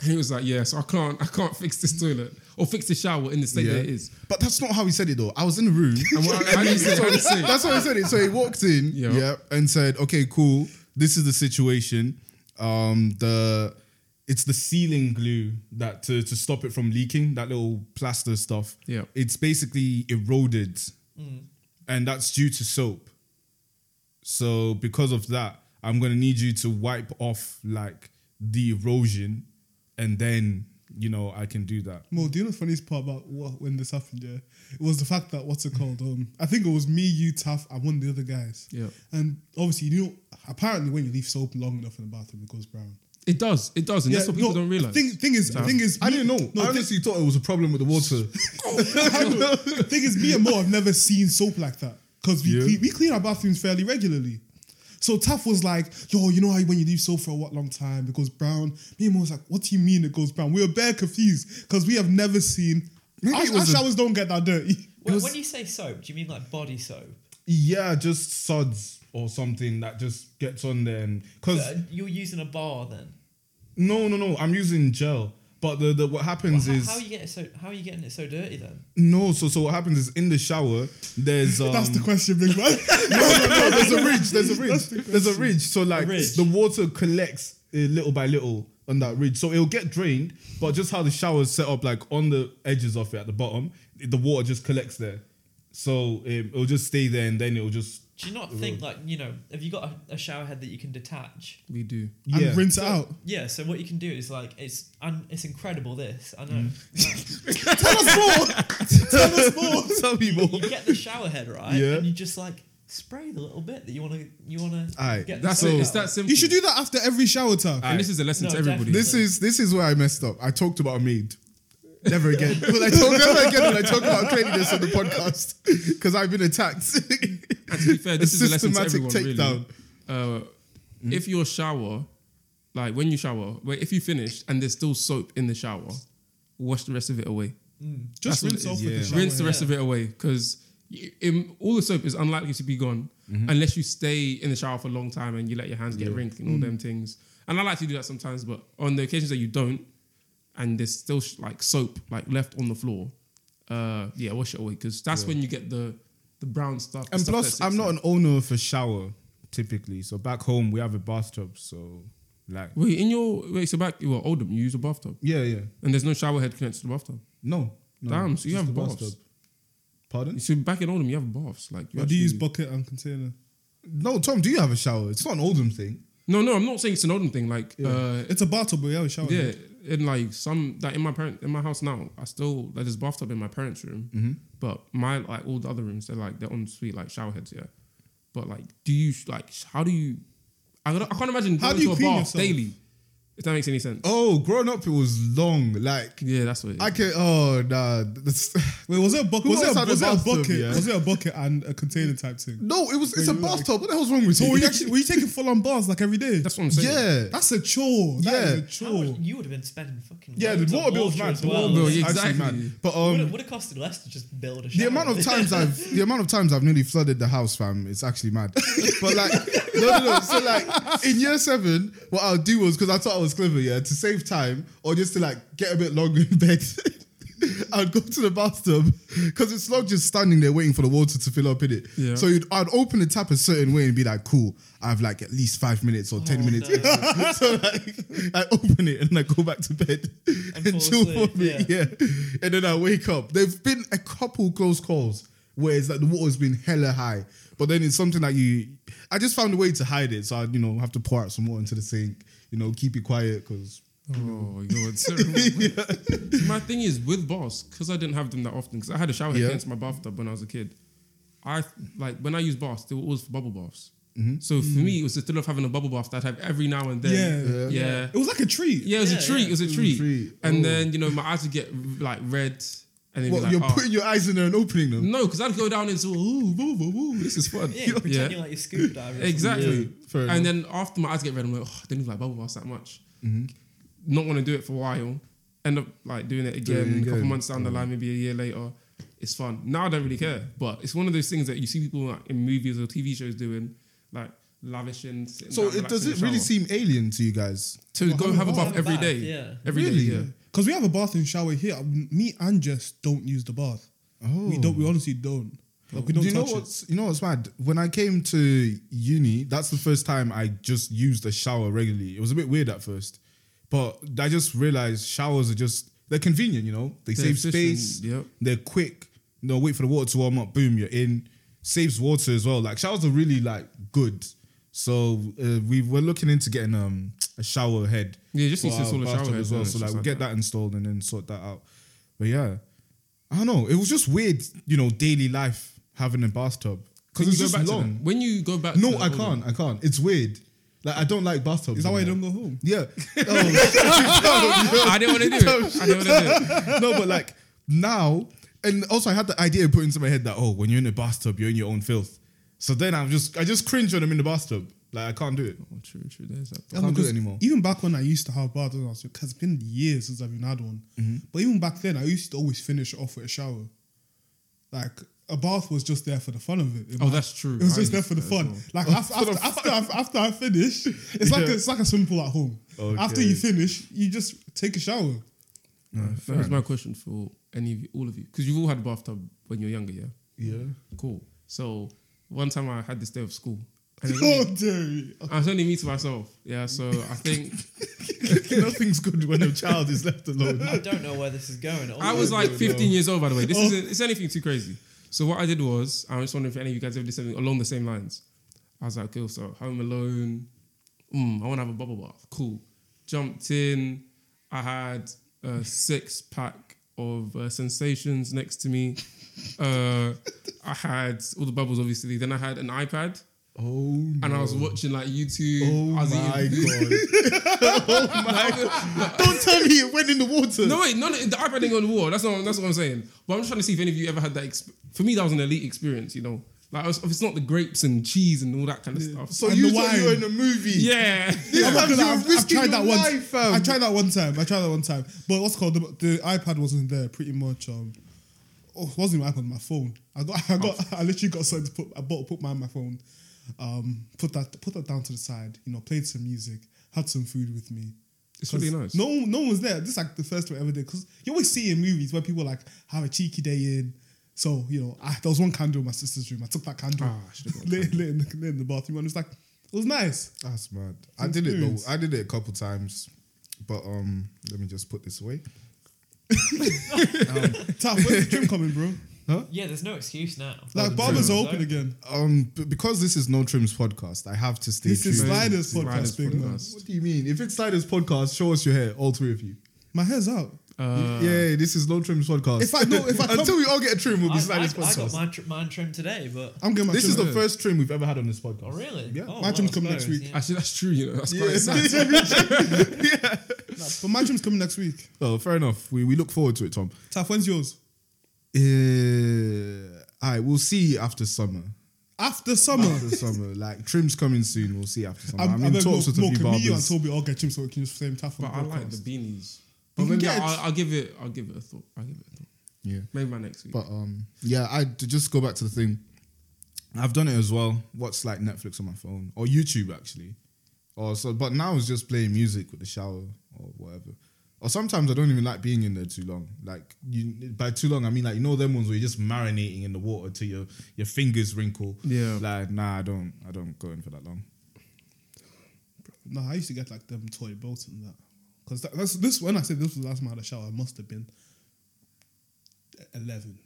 Speaker 2: and he was like, yeah, so I can't, I can't fix this toilet or fix the shower in the state that it is.
Speaker 1: But that's not how he said it though. I was in the room.
Speaker 2: And what, how do you say? How do you say?
Speaker 1: That's how he said it. So he walked in,
Speaker 2: Yeah.
Speaker 1: yeah, and said, "Okay, cool. This is the situation. Um, the it's the sealing glue that to, to stop it from leaking. That little plaster stuff.
Speaker 2: Yeah.
Speaker 1: it's basically eroded, and that's due to soap. So because of that, I'm gonna need you to wipe off like the erosion, and then you know I can do that.
Speaker 3: Mo, do you know the funniest part about what, when this happened? Yeah, it was the fact that what's it called? Um, I think it was me, you, Taff, and one of the other guys.
Speaker 2: Yeah.
Speaker 3: And obviously, you know, apparently, when you leave soap long enough in the bathroom, it goes brown.
Speaker 2: It does, it does, and that's what people don't realize.
Speaker 3: Thing, thing is, the
Speaker 2: Damn.
Speaker 3: thing is,
Speaker 1: I
Speaker 3: me-
Speaker 1: didn't know.
Speaker 3: No,
Speaker 1: I
Speaker 3: the thing,
Speaker 1: honestly thought it was a problem with the water.
Speaker 3: the thing is, me and Mo have never seen soap like that because we
Speaker 1: Yeah.
Speaker 3: clean, we clean our bathrooms fairly regularly. So Taff was like, "Yo, you know how when you leave soap for a what long time it goes brown." Me and Mo was like, "What do you mean it goes brown?" We were bare confused because we have never seen.
Speaker 1: Maybe
Speaker 3: Our,
Speaker 1: it
Speaker 3: our
Speaker 1: was a-
Speaker 3: showers don't get that dirty.
Speaker 4: When,
Speaker 1: was-
Speaker 4: when you say soap, do you mean like body soap?
Speaker 1: Yeah, just suds or something that just gets on there. And because
Speaker 4: Uh, you're using a bar then.
Speaker 1: no, no, no, I'm using gel. But the, the what happens
Speaker 4: Well, how,
Speaker 1: is
Speaker 4: how are you getting so? How are you getting it so dirty then?
Speaker 1: no. So so what happens is in the shower there's um,
Speaker 3: That's the question, big man.
Speaker 1: no, no, no, there's a ridge. There's a
Speaker 3: That's the
Speaker 1: ridge. There's a ridge. So like
Speaker 4: ridge.
Speaker 1: the water collects uh, little by little on that ridge. So it'll get drained, but just how the shower's set up, like on the edges of it at the bottom, the water just collects there. So um, it'll just stay there, and then it'll just
Speaker 4: Do you not think like you know? Have you got a, a shower head that you can detach?
Speaker 2: we do.
Speaker 3: and
Speaker 1: yeah.
Speaker 3: rinse it out.
Speaker 4: Yeah. So what you can do is like it's and it's incredible. This I know.
Speaker 1: Mm.
Speaker 3: Tell us more. Tell us more.
Speaker 1: Tell
Speaker 4: Like,
Speaker 1: people.
Speaker 4: you get the shower head right,
Speaker 1: Yeah.
Speaker 4: and you just like spray the little bit that you want to. You want
Speaker 1: Aye,
Speaker 4: to get. the
Speaker 2: That's
Speaker 4: soap
Speaker 2: it. It's
Speaker 4: out.
Speaker 2: that simple.
Speaker 3: You should do that after every shower, Taff.
Speaker 2: And this is a lesson
Speaker 4: No,
Speaker 2: to everybody.
Speaker 4: definitely.
Speaker 1: This is this is where I messed up. I talked about a maid. Never again. But I talk, never again when I talk about cleanliness on the podcast because I've been attacked.
Speaker 2: And to be fair, this
Speaker 1: A
Speaker 2: is a lesson to
Speaker 1: systematic
Speaker 2: everyone.
Speaker 1: takedown.
Speaker 2: Really. Uh, If your shower, like when you shower, wait, if you finished and there's still soap in the shower, wash the rest of it away.
Speaker 3: Mm. Just
Speaker 2: That's what
Speaker 3: rinse
Speaker 2: it
Speaker 3: off
Speaker 2: is.
Speaker 3: with the
Speaker 1: Yeah.
Speaker 3: shower.
Speaker 2: Rinse the rest
Speaker 4: Yeah.
Speaker 2: of it away because all the soap
Speaker 1: Mm-hmm.
Speaker 2: is
Speaker 1: Mm.
Speaker 2: unlikely to be gone unless you stay in the shower for a long time and you let your hands get wrinkled and all them things. And I like to do that sometimes, but on the occasions that you don't, and there's still sh- like soap like left on the floor, uh, yeah, wash it away because that's when you get the the brown stuff. the
Speaker 1: And
Speaker 2: stuff that
Speaker 1: plus,
Speaker 2: sits
Speaker 1: I'm not
Speaker 2: there.
Speaker 1: an owner of a shower typically. So back home, we have a bathtub. So, like,
Speaker 2: Wait, in your wait, so back well, Oldham, you use a bathtub,
Speaker 1: yeah, yeah.
Speaker 2: and there's no shower head connected to the bathtub.
Speaker 1: No. no
Speaker 2: Damn, so you
Speaker 1: just
Speaker 2: have
Speaker 1: the
Speaker 2: baths.
Speaker 1: Pardon?
Speaker 2: So back in Oldham, you have baths. Like you
Speaker 3: I do use
Speaker 2: actually-
Speaker 3: bucket and container.
Speaker 1: No, Tom, do you have a shower? It's not an Oldham thing.
Speaker 2: No, no, I'm not saying it's an Oldham thing. Like,
Speaker 1: Yeah.
Speaker 2: uh,
Speaker 3: It's a bathtub, but yeah, we shower.
Speaker 2: yeah, and like some like in my parent in my house now, I still like there's bathtub in my parents' room,
Speaker 3: Mm-hmm.
Speaker 1: Mhm.
Speaker 2: but my like all the other rooms they're like they're on suite like shower heads, yeah. But like, do you like how do you? I, don't- I can't imagine
Speaker 3: How
Speaker 2: going
Speaker 3: do you
Speaker 2: to a
Speaker 3: clean
Speaker 2: bath
Speaker 3: yourself?
Speaker 2: daily. If that makes any sense.
Speaker 1: Oh, growing up, it was long. Like,
Speaker 2: Yeah, that's what. It is.
Speaker 1: I can. Oh, nah. that's-
Speaker 3: Wait, was it a bucket?
Speaker 1: Who
Speaker 3: Was it
Speaker 1: else
Speaker 3: a,
Speaker 1: had a
Speaker 3: was it a
Speaker 1: bathtub,
Speaker 3: bucket?
Speaker 1: yeah?
Speaker 3: Was it a bucket and a container type thing?
Speaker 1: no, it was. It's a
Speaker 3: Wait, you were like-
Speaker 1: bathtub. what the hell's wrong with
Speaker 3: So were
Speaker 1: you?
Speaker 3: you actually were you taking full on bars like every day?
Speaker 2: that's what I'm saying.
Speaker 1: yeah.
Speaker 3: That's a chore.
Speaker 1: Yeah.
Speaker 3: That is a
Speaker 4: How much-
Speaker 3: chore.
Speaker 4: you would have been spending fucking
Speaker 1: yeah, the
Speaker 4: loads of
Speaker 1: water bill's
Speaker 4: water
Speaker 1: mad.
Speaker 4: as
Speaker 1: The
Speaker 4: well.
Speaker 1: water bill's
Speaker 2: Yeah,
Speaker 1: actually
Speaker 2: exactly.
Speaker 1: mad. But
Speaker 4: would,
Speaker 1: um,
Speaker 4: have, would have costed less to just build a shower.
Speaker 1: the amount of times I've the amount of times I've nearly flooded the house, fam, it's actually mad. But like, no, no, no. So like, in year seven, what I'll do was because I thought I was clever, yeah, to save time or just to like get a bit longer in bed. I'd go to the bathtub because it's not just standing there waiting for the water to fill up in it.
Speaker 2: Yeah.
Speaker 1: So you'd, I'd open the tap a certain way and be like, "Cool, I have like at least five minutes or ten
Speaker 4: Oh,
Speaker 1: minutes."
Speaker 4: no.
Speaker 1: so like, I open it and I go back to bed
Speaker 4: And
Speaker 1: and,
Speaker 4: fall
Speaker 1: chill
Speaker 4: asleep,
Speaker 1: for a bit.
Speaker 4: yeah.
Speaker 1: Yeah yeah. And then I wake up. There've been a couple close calls where it's like the water's been hella high, but then it's something that you. I just found a way to hide it, so I you know have to pour out some water into the sink. You know, keep it quiet because
Speaker 2: Oh my god, it's terrible. My thing is with baths because I didn't have them that often. Because I had a shower head
Speaker 1: Yeah.
Speaker 2: against my bathtub when I was a kid. I like when I used baths, they were always for bubble baths.
Speaker 3: Mm-hmm.
Speaker 2: So for me, it was the thrill of having a bubble bath that I'd have every now and
Speaker 3: Yeah.
Speaker 2: then. Yeah, yeah,
Speaker 3: It was like a treat.
Speaker 2: it was
Speaker 4: Yeah,
Speaker 2: a treat.
Speaker 4: yeah.
Speaker 2: It was a treat.
Speaker 1: treat.
Speaker 2: And
Speaker 1: Oh.
Speaker 2: then you know my eyes would get like red, and then
Speaker 1: well,
Speaker 2: like,
Speaker 1: you're
Speaker 2: oh.
Speaker 1: putting your eyes in there and opening them.
Speaker 2: no, because I'd go down into ooh, woo, woo, woo, this is fun.
Speaker 4: yeah, you pretend you're like your scuba diver. or
Speaker 2: Exactly.
Speaker 1: Yeah, fair
Speaker 2: and then after my eyes get red, I'm like, oh, I didn't even like bubble baths that much. Not want to do it for a while. End up like doing it again,
Speaker 1: Mm-hmm. Doing it
Speaker 2: a couple
Speaker 1: again.
Speaker 2: months down the line, maybe a year later. It's fun. Now I don't really care, but it's one of those things that you see people like, in movies or TV shows doing, like lavishing. sitting
Speaker 1: So
Speaker 2: down,
Speaker 1: it, does
Speaker 2: relaxing in
Speaker 1: it
Speaker 2: the
Speaker 1: really
Speaker 2: shower.
Speaker 1: seem alien to you guys?
Speaker 2: to go have a bath every
Speaker 4: bath,
Speaker 2: day?
Speaker 4: yeah.
Speaker 2: every day.
Speaker 1: Really?
Speaker 2: Yeah.
Speaker 3: Because we have a bath and shower here. Me and Jess don't use the bath.
Speaker 1: Oh,
Speaker 3: We don't. We honestly don't. Like we don't
Speaker 1: you know
Speaker 3: touch it.
Speaker 1: what's you know what's mad? When I came to uni, that's the first time I just used a shower regularly. It was a bit weird at first, but I just realized showers are just they're convenient. You know, they
Speaker 2: They're
Speaker 1: save
Speaker 2: efficient,
Speaker 1: space.
Speaker 2: yep.
Speaker 1: They're quick. You know, wait for the water to warm up. Boom, you're in. Saves water as well. Like showers are really like good. So uh, we were looking into getting um a shower head.
Speaker 2: Yeah, you just
Speaker 1: for
Speaker 2: need to
Speaker 1: our
Speaker 2: install a shower
Speaker 1: bathtub
Speaker 2: head,
Speaker 1: as well.
Speaker 2: yeah,
Speaker 1: So like
Speaker 2: it's just
Speaker 1: we
Speaker 2: like
Speaker 1: get
Speaker 2: that.
Speaker 1: that installed and then sort that out. But yeah, I don't know. It was just weird, you know, daily life having a bathtub because
Speaker 2: Can
Speaker 1: it's
Speaker 2: you go back
Speaker 1: just
Speaker 2: to
Speaker 1: long.
Speaker 2: that? When you go back, to
Speaker 1: No,
Speaker 2: the
Speaker 1: I
Speaker 2: older-
Speaker 1: can't. I can't. It's weird. Like I don't like bathtubs.
Speaker 3: Is that why you
Speaker 1: anymore.
Speaker 3: don't go home?
Speaker 1: Yeah. Oh, no,
Speaker 2: I didn't want to do it. I didn't want to do it.
Speaker 1: no, but like now, and also I had the idea put into my head that oh, when you're in a bathtub, you're in your own filth. So then I'm just I just cringe when I'm in the bathtub. Like I can't do it.
Speaker 2: Oh, true, true. There's that.
Speaker 1: I can't do
Speaker 3: Because
Speaker 1: it anymore.
Speaker 3: Even back when I used to have baths, because it's been years since I've even had one.
Speaker 1: Mm-hmm.
Speaker 3: But even back then, I used to always finish off with a shower. Like a bath was just there for the fun of it. It
Speaker 2: Oh,
Speaker 3: was-
Speaker 2: that's true.
Speaker 3: It was
Speaker 2: I
Speaker 3: just there
Speaker 2: used
Speaker 3: for the
Speaker 2: to as
Speaker 3: fun.
Speaker 2: well.
Speaker 3: Like after, after, after, I, after I finish, it's like a,
Speaker 1: Yeah.
Speaker 3: it's like a swimming pool at home. After
Speaker 1: Okay.
Speaker 3: you finish, you just take a shower.
Speaker 1: No, fair
Speaker 2: That was my
Speaker 1: enough.
Speaker 2: question for any of you, all of you, because you've all had a bathtub when you're younger, yeah.
Speaker 1: yeah.
Speaker 2: Cool. So one time I had this day of school, and it was
Speaker 3: Oh,
Speaker 2: only-
Speaker 3: Jerry.
Speaker 2: I was only me to myself. Yeah. So I think
Speaker 1: Nothing's good when a child is left alone.
Speaker 4: I don't know where this is going.
Speaker 2: I was like
Speaker 1: no,
Speaker 2: 15
Speaker 1: no.
Speaker 2: years old, by the way. This
Speaker 1: Oh.
Speaker 2: isn't it's anything too crazy. So what I did was, I was wondering if any of you guys ever did something along the same lines. I was like, cool. So home alone. Mm, I want to have a bubble bath. Cool. Jumped in. I had a six pack of uh, sensations next to me. Uh, I had all the bubbles, obviously. Then I had an iPad,
Speaker 1: Oh,
Speaker 2: and I was watching like YouTube.
Speaker 1: oh
Speaker 2: I was eating
Speaker 1: my
Speaker 2: food.
Speaker 1: god! oh my god! Don't tell me it went in the water.
Speaker 2: No, wait, no, no, the iPad ain't on the wall. That's not. That's what I'm saying. But I'm just trying to see if any of you ever had that. Exp- For me, that was an elite experience. You know, like it's- if it's not the grapes and cheese and all that kind of stuff.
Speaker 1: so
Speaker 3: And
Speaker 1: you
Speaker 3: the
Speaker 1: thought you
Speaker 3: wine.
Speaker 1: were in a movie?
Speaker 2: yeah,
Speaker 1: Yeah.
Speaker 3: I'm
Speaker 1: You were
Speaker 3: not gonna- I've, I've
Speaker 1: risking
Speaker 3: tried that
Speaker 1: your
Speaker 3: once.
Speaker 1: life, fam.
Speaker 3: I tried that one time. I tried that one time. But what's called the, the iPad wasn't there. Pretty much. Um, oh, it wasn't even iPad. My phone. I got. I got. I literally got something to put. I bought. Put mine on my phone. Um, put that. Put that down to the side. You know, played some music. had some food with me.
Speaker 2: It's really nice.
Speaker 3: 'Cause No, one- no one was there. This is like the first time I ever did because you always see in movies where people like have a cheeky day in. So you know, I, there was one candle in my sister's room. I took that candle,
Speaker 2: Ah, I should've got a
Speaker 3: lit, lit, in the, lit in the bathroom, and it was like it was nice.
Speaker 1: That's mad. I did it though.
Speaker 3: Experience.
Speaker 1: I did it a couple times, but um, let me just put this away.
Speaker 3: Tap, when's the trim coming, bro?
Speaker 4: Yeah, there's no excuse now.
Speaker 1: Oh,
Speaker 3: Like barbers are open again.
Speaker 1: Um, b- because this is No Trims podcast, I have to stay.
Speaker 3: This is
Speaker 1: true.
Speaker 3: Sliders
Speaker 2: Sliders
Speaker 3: podcast, big man.
Speaker 2: podcast.
Speaker 1: What do you mean? If it's Sliders podcast, show us your hair, all three of you.
Speaker 3: My hair's out.
Speaker 2: Uh,
Speaker 1: yeah, this is No Trims podcast.
Speaker 3: If I know, if I come,
Speaker 1: until we all get a trim, we'll
Speaker 4: I,
Speaker 1: be Sliders
Speaker 4: I, I got
Speaker 1: podcast.
Speaker 4: mine, tr- mine trimmed today, but
Speaker 3: I'm getting my.
Speaker 1: this
Speaker 3: trim
Speaker 1: is the
Speaker 3: out.
Speaker 1: first trim we've ever had on this podcast.
Speaker 4: oh really?
Speaker 1: Yeah.
Speaker 4: Oh,
Speaker 3: My trim's
Speaker 4: I
Speaker 3: coming next
Speaker 4: suppose,
Speaker 3: week.
Speaker 4: yeah.
Speaker 2: Actually, that's true. You know, that's
Speaker 1: Yeah.
Speaker 2: quite sad.
Speaker 3: Nah, but my trim's coming next week.
Speaker 1: Oh, fair enough. We we look forward to it, Tom.
Speaker 3: Tap, when's yours?
Speaker 1: Uh, all right, we'll see after summer.
Speaker 3: After summer.
Speaker 1: After summer, like trim's coming soon. We'll see after summer.
Speaker 3: I'm,
Speaker 1: I'm,
Speaker 3: I'm,
Speaker 1: in
Speaker 3: like,
Speaker 1: talks
Speaker 3: no,
Speaker 1: with a
Speaker 3: no,
Speaker 1: few
Speaker 3: can me and
Speaker 1: barbers.
Speaker 3: Toby all get trim so we can use the same tap on
Speaker 2: But
Speaker 3: the
Speaker 2: I like the
Speaker 3: podcast.
Speaker 2: beanies.
Speaker 1: You
Speaker 2: But
Speaker 1: can
Speaker 2: maybe
Speaker 1: get-
Speaker 2: I'll, I'll give it. I'll give it a thought. I'll give it a thought.
Speaker 1: Yeah.
Speaker 2: Maybe my next week.
Speaker 1: But um, yeah, I to just go back to the thing. I've done it as well. Watch like Netflix on my phone or YouTube actually, or so. But now it's just playing music with the shower or whatever. Or sometimes I don't even like being in there too long. Like you, by too long I mean like you know them ones where you're just marinating in the water till your your fingers wrinkle.
Speaker 2: Yeah.
Speaker 1: Like nah, I don't I don't go in for that long.
Speaker 3: No, I used to get like them toy boats and that. Because that, that's this when I said this was the last time I had a shower, I must have been eleven.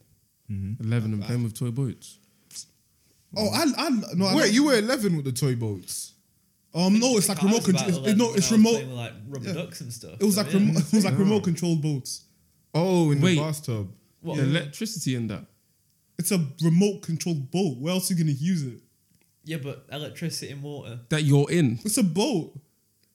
Speaker 2: Eleven and playing with toy boats.
Speaker 3: Oh, I, I no, I,
Speaker 1: Wait, you were 11 with the toy boats.
Speaker 3: um, no, it's like
Speaker 4: I was
Speaker 3: remote
Speaker 4: about
Speaker 3: control. It's,
Speaker 4: 11
Speaker 3: no,
Speaker 4: when I
Speaker 3: it's
Speaker 4: was
Speaker 3: remote.
Speaker 4: playing with, like rubber
Speaker 3: yeah.
Speaker 4: ducks and stuff.
Speaker 3: It was
Speaker 4: so,
Speaker 3: like
Speaker 4: yeah.
Speaker 3: remo- it was like remote controlled boats.
Speaker 1: Oh, in
Speaker 2: Wait.
Speaker 1: the bathtub.
Speaker 4: What,
Speaker 2: The
Speaker 4: yeah.
Speaker 2: electricity in that.
Speaker 3: It's a remote controlled boat. Where else are you gonna use it?
Speaker 4: but electricity and water.
Speaker 2: That you're in.
Speaker 3: It's a boat.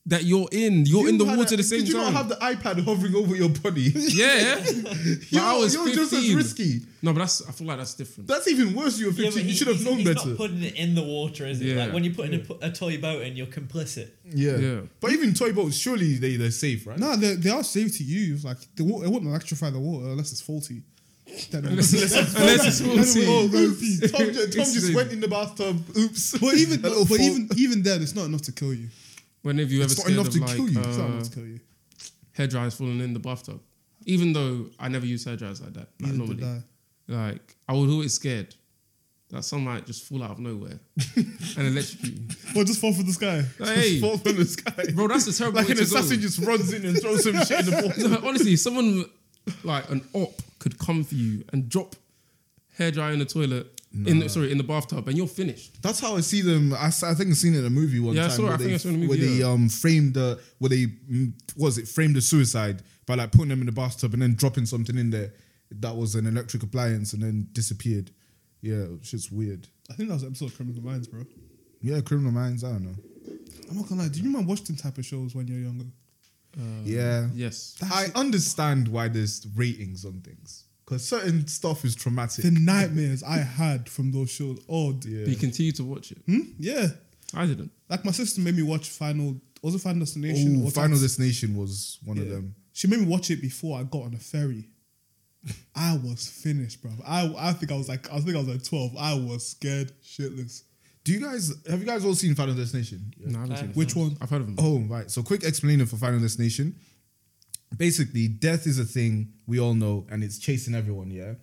Speaker 2: That you're in. You're Oh, in the
Speaker 1: You had
Speaker 2: water
Speaker 1: a-
Speaker 2: the same
Speaker 1: Did you not
Speaker 2: time.
Speaker 1: have the iPad hovering over your body?
Speaker 2: yeah. But
Speaker 1: You're,
Speaker 2: I was
Speaker 1: you're just as
Speaker 2: 15.
Speaker 1: risky.
Speaker 2: No, but that's. I feel like that's different.
Speaker 1: That's even worse. You were 15.
Speaker 4: Yeah, but
Speaker 1: you
Speaker 4: he-
Speaker 1: should have
Speaker 4: he's-
Speaker 1: known
Speaker 4: he's
Speaker 1: better.
Speaker 4: not putting it in the water, is it?
Speaker 2: Yeah.
Speaker 4: Like when you're putting a pu- a, toy boat in, you're complicit.
Speaker 1: yeah.
Speaker 2: Yeah.
Speaker 1: But even toy boats, surely they, they're safe, right?
Speaker 3: No, they, they are safe to use. Like the water, it wouldn't electrify the water unless it's faulty. Then-
Speaker 2: Unless it's
Speaker 1: Oh,
Speaker 2: faulty.
Speaker 1: go see. Tom, ju- Tom
Speaker 2: It's
Speaker 1: just
Speaker 2: safe.
Speaker 1: went in the bathtub. Oops.
Speaker 3: But even
Speaker 1: At all
Speaker 3: but
Speaker 1: fault.
Speaker 3: even even then, it's not enough to kill you.
Speaker 2: When have you
Speaker 1: It's
Speaker 2: ever
Speaker 1: not enough
Speaker 2: scared of
Speaker 1: to
Speaker 2: like
Speaker 1: kill you.
Speaker 3: It's not
Speaker 2: uh,
Speaker 3: enough to kill you.
Speaker 2: hair dryers falling in the bathtub? Even though I never use hair dryers like that. Like
Speaker 3: Neither
Speaker 2: normally.
Speaker 3: did I.
Speaker 2: Like I was always scared that some might just fall out of nowhere and electrocute you.
Speaker 3: Or just fall from the sky.
Speaker 2: Like, hey,
Speaker 1: Fall from the sky.
Speaker 2: bro, that's a terrible
Speaker 1: Like
Speaker 2: way
Speaker 1: an
Speaker 2: to
Speaker 1: assassin
Speaker 2: go.
Speaker 1: just runs in and throws some shit in the water.
Speaker 2: No, honestly, someone like an op could come for you and drop hairdryer in the toilet. In the, sorry, in the bathtub, and you're finished.
Speaker 1: That's how I see them. I, s- I think I've seen it in a movie one
Speaker 2: Yeah, I
Speaker 1: time.
Speaker 2: saw it.
Speaker 1: where
Speaker 2: I think
Speaker 1: they-
Speaker 2: I saw it in a movie,
Speaker 1: Where they
Speaker 2: yeah.
Speaker 1: um, framed the, where they, mm, what was it, framed the suicide by like putting them in the bathtub and then dropping something in there that was an electric appliance and then disappeared. Yeah, shit's weird.
Speaker 3: I think that was an episode of Criminal Minds, bro.
Speaker 1: Yeah, Criminal Minds, I don't know.
Speaker 3: I'm not gonna lie. Do you remember watching them type of shows when you're younger?
Speaker 2: Um,
Speaker 1: yeah.
Speaker 2: Yes.
Speaker 1: I understand why there's ratings on things because certain stuff is traumatic.
Speaker 3: The nightmares I had from those shows. Oh, dear.
Speaker 1: yeah.
Speaker 2: But you continue to watch it.
Speaker 3: Hmm? Yeah.
Speaker 2: I didn't.
Speaker 3: Like my sister made me watch Final. Was it Final Destination?
Speaker 1: Ooh,
Speaker 3: or
Speaker 1: Final
Speaker 3: Taxi?
Speaker 1: Destination was one of
Speaker 3: Yeah.
Speaker 1: them.
Speaker 3: She made me watch it before I got on a ferry. I was finished, bro. I I think I was like I think I was like twelve. I was scared shitless.
Speaker 1: Do you guys have you guys all seen Final Destination?
Speaker 2: No, I haven't seen it.
Speaker 3: Which one?
Speaker 2: I've heard of them.
Speaker 1: Oh, right. So, quick explainer for Final Destination. Basically, death is a thing we all know, and it's chasing everyone. Yeah.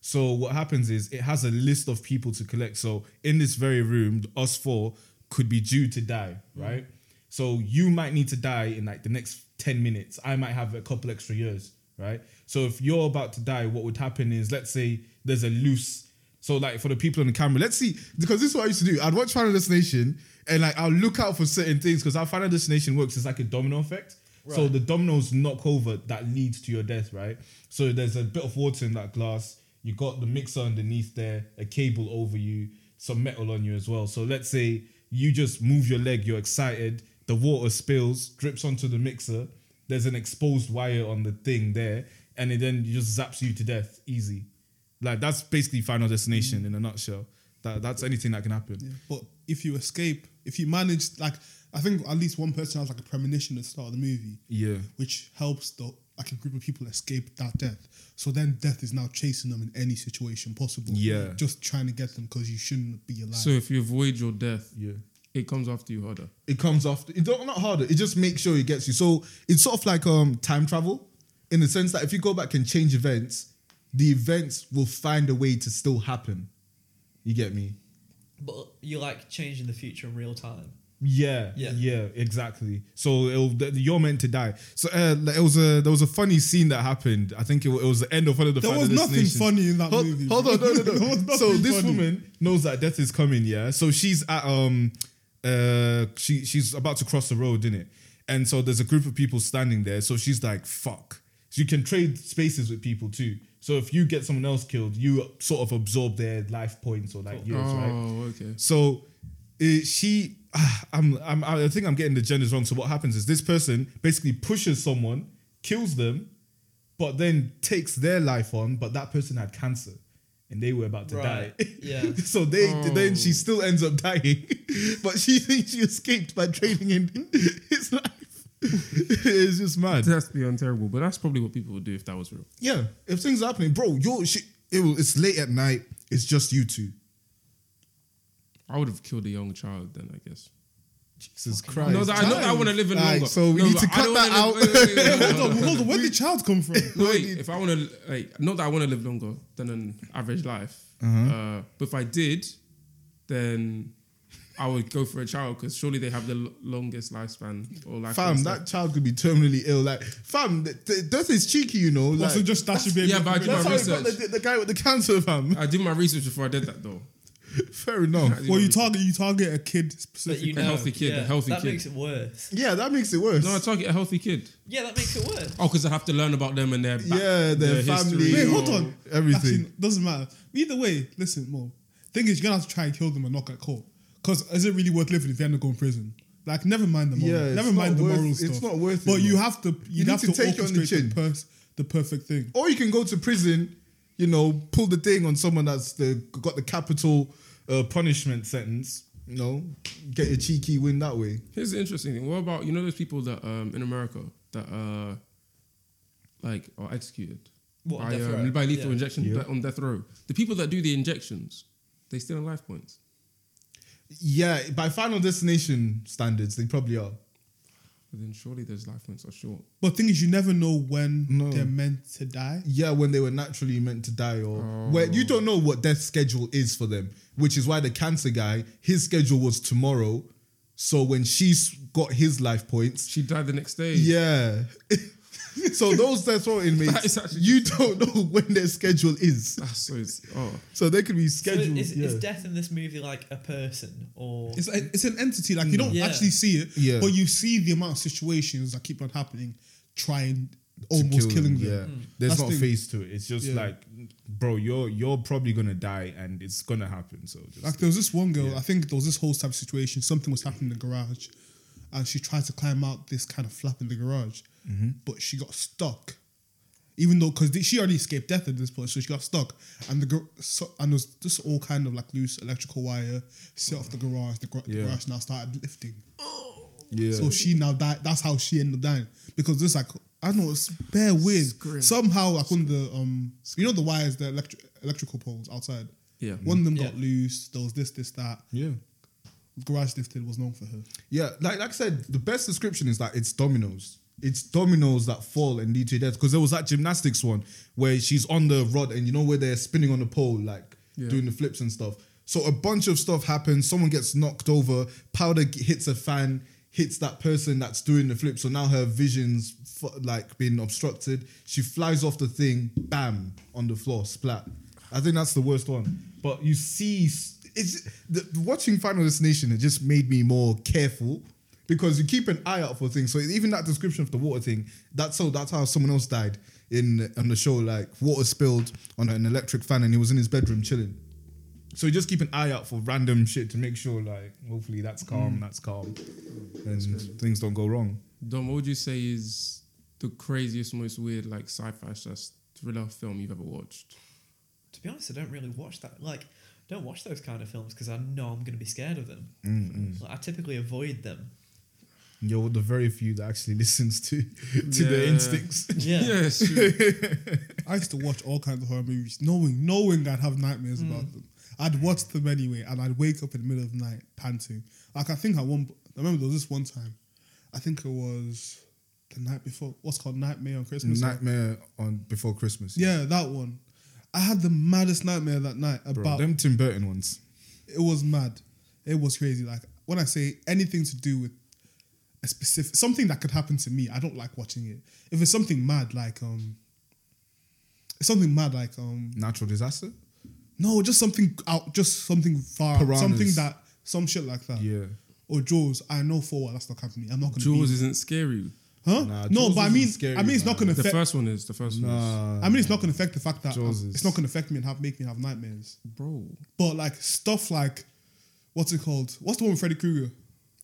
Speaker 1: So what happens is it has a list of people to collect. So in this very room, us four could be due to die, right? So you might need to die in like the next ten minutes. I might have a couple extra years, right? So if you're about to die, what would happen is let's say there's a loose so like for the people on the camera, let's see because this is what I used to do. I'd watch Final Destination and like I'll look out for certain things because how Final Destination works is like a domino effect. So the dominoes knock over that leads to your death, right? So there's a bit of water in that glass. You got the mixer underneath there, a cable over you, some metal on you as well. So let's say you just move your leg, you're excited, the water spills, drips onto the mixer. There's an exposed wire on the thing there, and it then just zaps you to death, easy. Like that's basically Final Destination in a nutshell. That that's anything that can happen.
Speaker 3: But if you escape, if you manage, like I think at least one person has like a premonition at the start of the movie,
Speaker 1: Yeah.
Speaker 3: which helps the like a group of people escape that death. So then death is now chasing them in any situation possible.
Speaker 1: Yeah.
Speaker 3: just trying to get them because you shouldn't be alive.
Speaker 2: So if you avoid your death,
Speaker 1: Yeah.
Speaker 2: it comes after you harder.
Speaker 1: It comes after. It don't not harder. It just makes sure it gets you. So it's sort of like um time travel, in the sense that if you go back and change events, the events will find a way to still happen. You get me?
Speaker 4: But you like changing the future in real time.
Speaker 1: Yeah,
Speaker 4: Yeah.
Speaker 1: yeah, exactly. So it'll, th- you're meant to die. So uh, like, it was a there was a funny scene that happened. I think it, wa- it was the end of one of the.
Speaker 3: There
Speaker 1: Final
Speaker 3: was nothing
Speaker 1: Destinations.
Speaker 3: funny in that
Speaker 1: Hold,
Speaker 3: movie.
Speaker 1: hold on, no, no,
Speaker 3: There was
Speaker 1: no.
Speaker 3: nothing
Speaker 1: so this
Speaker 3: funny.
Speaker 1: woman knows that death is coming. Yeah. So she's at um, uh, she she's about to cross the road, innit? And so there's a group of people standing there. So she's like, "Fuck." So you can trade spaces with people too. So if you get someone else killed, you sort of absorb their life points or like yours,
Speaker 2: oh,
Speaker 1: right?
Speaker 2: okay.
Speaker 1: So uh, she, ah, I'm, I'm, I think I'm getting the genders wrong. So what happens is this person basically pushes someone, kills them, but then takes their life on. But that person had cancer, and they were about to
Speaker 4: Right,
Speaker 1: die.
Speaker 4: yeah.
Speaker 1: so they then she
Speaker 2: Oh.
Speaker 1: still ends up dying, but she thinks she escaped by trading in his life. it's just mad.
Speaker 2: That's beyond terrible, but that's probably what people would do if that was real.
Speaker 1: Yeah, if things are happening, bro, you're she, it will, it's late at night. It's just you two.
Speaker 2: I would have killed a young child then, I guess.
Speaker 1: Jesus Christ.
Speaker 2: no, that, I know that I want to live in
Speaker 1: Like,
Speaker 2: longer.
Speaker 1: so we
Speaker 2: No,
Speaker 1: need to
Speaker 2: but I
Speaker 1: cut
Speaker 2: don't
Speaker 1: that
Speaker 2: wanna live- wait, wait, wait, wait,
Speaker 3: Hold on, hold on. Where did the child come from?
Speaker 2: No, wait, if I want to, like, not that I want to live longer than an average life,
Speaker 1: Mm-hmm.
Speaker 2: uh, but if I did, then I would go for a child because surely they have the l- longest lifespan or life.
Speaker 1: Fam, that child could be terminally ill. Like, fam, th- th- that is cheeky, you know. Like,
Speaker 3: Also, just dash your baby.
Speaker 2: yeah, but I do
Speaker 1: that's
Speaker 2: my
Speaker 1: how he got
Speaker 2: research.
Speaker 1: the, the guy with the cancer, fam.
Speaker 2: I did my research before I did that though.
Speaker 1: Fair enough.
Speaker 2: I did
Speaker 3: Well,
Speaker 2: my
Speaker 3: you
Speaker 2: research.
Speaker 3: target you target a kid
Speaker 4: But
Speaker 3: specifically.
Speaker 4: you
Speaker 2: A
Speaker 4: know,
Speaker 2: healthy kid, a
Speaker 4: yeah,
Speaker 2: healthy
Speaker 4: that
Speaker 2: kid.
Speaker 4: makes it worse.
Speaker 1: Yeah, that makes it worse.
Speaker 2: No, I target a healthy kid.
Speaker 4: Yeah, that makes it worse.
Speaker 2: Oh, because I have to learn about them and their back,
Speaker 1: Yeah, their family.
Speaker 3: Wait,
Speaker 2: history
Speaker 3: hold
Speaker 2: or-
Speaker 3: on.
Speaker 1: everything.
Speaker 3: Actually, doesn't matter. Either way, listen, Mo. Thing is, you're gonna have to try and kill them and not get caught. Because is it really worth living if you end up going to prison? Like, never mind the moral.
Speaker 1: Yeah, it's
Speaker 3: never mind
Speaker 1: not
Speaker 3: the
Speaker 1: worth-
Speaker 3: moral
Speaker 1: it's
Speaker 3: stuff.
Speaker 1: not worth it,
Speaker 3: But you
Speaker 1: bro.
Speaker 3: have to.
Speaker 1: You
Speaker 3: You
Speaker 1: need
Speaker 3: have
Speaker 1: to
Speaker 3: to,
Speaker 1: take it on the
Speaker 3: orchestrate
Speaker 1: chin.
Speaker 3: The, pers- the perfect thing.
Speaker 1: Or you can go to prison, you know, pull the thing on someone that's the, got the capital uh, punishment sentence. You know, get your cheeky win that way.
Speaker 2: Here's the interesting thing. What about you know those people that um, in America that uh, like are executed
Speaker 4: What, on
Speaker 2: by,
Speaker 4: death
Speaker 2: um,
Speaker 4: row?
Speaker 2: by lethal
Speaker 4: Yeah.
Speaker 2: injection
Speaker 1: Yeah.
Speaker 2: de- on death row? The people that do the injections, they still have life points.
Speaker 1: Yeah, by Final Destination standards, they probably are.
Speaker 2: But then surely those life points are short.
Speaker 3: But thing is, you never know when
Speaker 1: No.
Speaker 3: they're meant to die.
Speaker 1: yeah, when they were naturally meant to die, or where you don't know what their schedule is for them, which is why the cancer guy, his schedule was tomorrow. So when she's got his life points,
Speaker 2: She died the next day.
Speaker 1: yeah. so those death row
Speaker 2: That
Speaker 1: inmates,
Speaker 2: is actually-
Speaker 1: you don't know when their schedule is.
Speaker 2: That's so. It's, oh,
Speaker 1: So they could be
Speaker 4: So
Speaker 1: scheduled.
Speaker 4: is,
Speaker 1: yeah.
Speaker 4: is death in this movie like a person or
Speaker 3: It's a, it's an entity. Like you don't
Speaker 4: Yeah.
Speaker 3: actually see it,
Speaker 1: Yeah.
Speaker 3: but you see the amount of situations that keep on happening, trying almost
Speaker 1: to kill
Speaker 3: killing
Speaker 1: him,
Speaker 3: them.
Speaker 1: Yeah. There's
Speaker 3: That's
Speaker 1: not
Speaker 3: the
Speaker 1: a
Speaker 3: thing.
Speaker 1: face to it. It's just
Speaker 3: Yeah.
Speaker 1: like, bro, you're you're probably gonna die, and it's gonna happen. So just
Speaker 3: Like there was this one girl, I think there was this whole type of situation. Something was happening in the garage, and she tried to climb out this kind of flap in the garage, but she got stuck. Even though, because she already escaped death at this point, so she got stuck, and the gar- so, and there was just all kind of like loose electrical wire set off the garage. The, gar-
Speaker 1: Yeah.
Speaker 3: the garage now started lifting,
Speaker 1: yeah.
Speaker 3: so she now died. That's how she ended up dying because this like I don't know, it's bare weird.
Speaker 2: Scream.
Speaker 3: Somehow like one of the um, you know the wires, the electric electrical poles outside.
Speaker 2: Yeah.
Speaker 3: one of them got
Speaker 4: Yeah.
Speaker 3: loose. There was this, this, that
Speaker 1: yeah.
Speaker 3: garage lifted was known for her.
Speaker 1: Yeah, like, like I said, the best description is that it's dominoes. It's dominoes that fall and lead to death. Because there was that gymnastics one where she's on the rod and you know where they're spinning on the pole, like
Speaker 2: Yeah.
Speaker 1: doing the flips and stuff. So a bunch of stuff happens. Someone gets knocked over. Powder g- hits a fan, hits that person that's doing the flip. So now her vision's fu- like being obstructed. She flies off the thing, bam, on the floor, splat. I think that's the worst one. But you see, s- it's the, watching Final Destination. It just made me more careful because you keep an eye out for things. So even that description of the water thing, that's so that's how someone else died in on the show. Like water spilled on an electric fan, and he was in his bedroom chilling. So you just keep an eye out for random shit to make sure, like, hopefully that's calm, that's calm, and things don't go wrong.
Speaker 2: Dom, what would you say is the craziest, most weird, like sci-fi slash thriller film you've ever watched?
Speaker 4: to be honest, I don't really watch that. Like, don't watch those kind of films because I know I'm going to be scared of them. Like, I typically avoid them.
Speaker 1: You're the very few that actually listens to to their
Speaker 2: Yeah.
Speaker 1: instincts.
Speaker 4: Yeah.
Speaker 2: yeah sure.
Speaker 1: Mm.
Speaker 3: I used to watch all kinds of horror movies, knowing knowing I'd have nightmares about them. I'd watch them anyway, and I'd wake up in the middle of the night panting. Like I think I one, I remember there was this one time, I think it was the night before. What's called Nightmare on Christmas.
Speaker 1: Nightmare on Before Christmas.
Speaker 3: Yeah, that one. I had the maddest nightmare that night
Speaker 1: bro.
Speaker 3: about
Speaker 1: them Tim Burton ones.
Speaker 3: it was mad. It was crazy. Like when I say anything to do with a specific something that could happen to me, I don't like watching it. If it's something mad, like um, it's something mad, like um,
Speaker 1: Natural disaster.
Speaker 3: no, just something out, just something far, out,
Speaker 1: Piranhas.
Speaker 3: something that some shit like that.
Speaker 1: Yeah.
Speaker 3: Or Jaws, I know for what that's not happening. I'm not gonna.
Speaker 2: Jaws
Speaker 3: be,
Speaker 2: isn't scary.
Speaker 3: huh?
Speaker 1: Nah,
Speaker 3: no,
Speaker 1: Jaws
Speaker 3: but I
Speaker 1: isn't
Speaker 3: mean,
Speaker 1: scary,
Speaker 3: I mean, it's not
Speaker 1: man.
Speaker 3: gonna
Speaker 2: The
Speaker 3: affect.
Speaker 2: first one is the first one,
Speaker 1: Nah.
Speaker 3: I mean, it's not gonna affect the fact that
Speaker 1: Jaws is-
Speaker 3: it's not gonna affect me and have make me have nightmares.
Speaker 2: is, bro.
Speaker 3: But like stuff like, what's it called? What's the one with Freddy Krueger?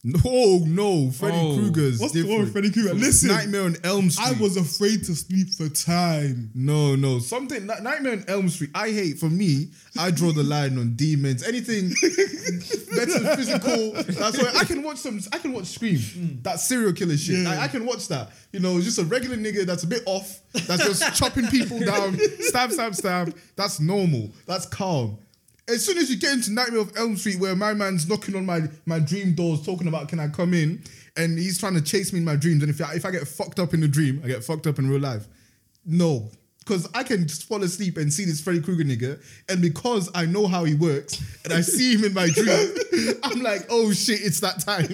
Speaker 1: no, no. Freddy
Speaker 2: Oh.
Speaker 1: Krueger's
Speaker 3: What's the
Speaker 1: different.
Speaker 3: one with Freddy Krueger? Listen,
Speaker 1: Nightmare on Elm Street.
Speaker 3: I was afraid to sleep for time.
Speaker 1: No, no. Something Ni- Nightmare on Elm Street. I hate. For me, I draw the line on demons. Anything better physical. That's why I can watch some. I can watch Scream. That serial killer shit.
Speaker 3: Yeah.
Speaker 1: I, I can watch that. You know, it's just a regular nigga that's a bit off. That's just chopping people down. Stab, stab, stab. That's normal. That's calm. As soon as you get into Nightmare of Elm Street, where my man's knocking on my, my dream doors, talking about can I come in, and he's trying to chase me in my dreams, and if I, if I get fucked up in the dream, I get fucked up in real life. No. Because I can just fall asleep and see this Freddy Krueger nigga, and because I know how he works, and I see him in my dream, I'm like, oh shit, it's that time.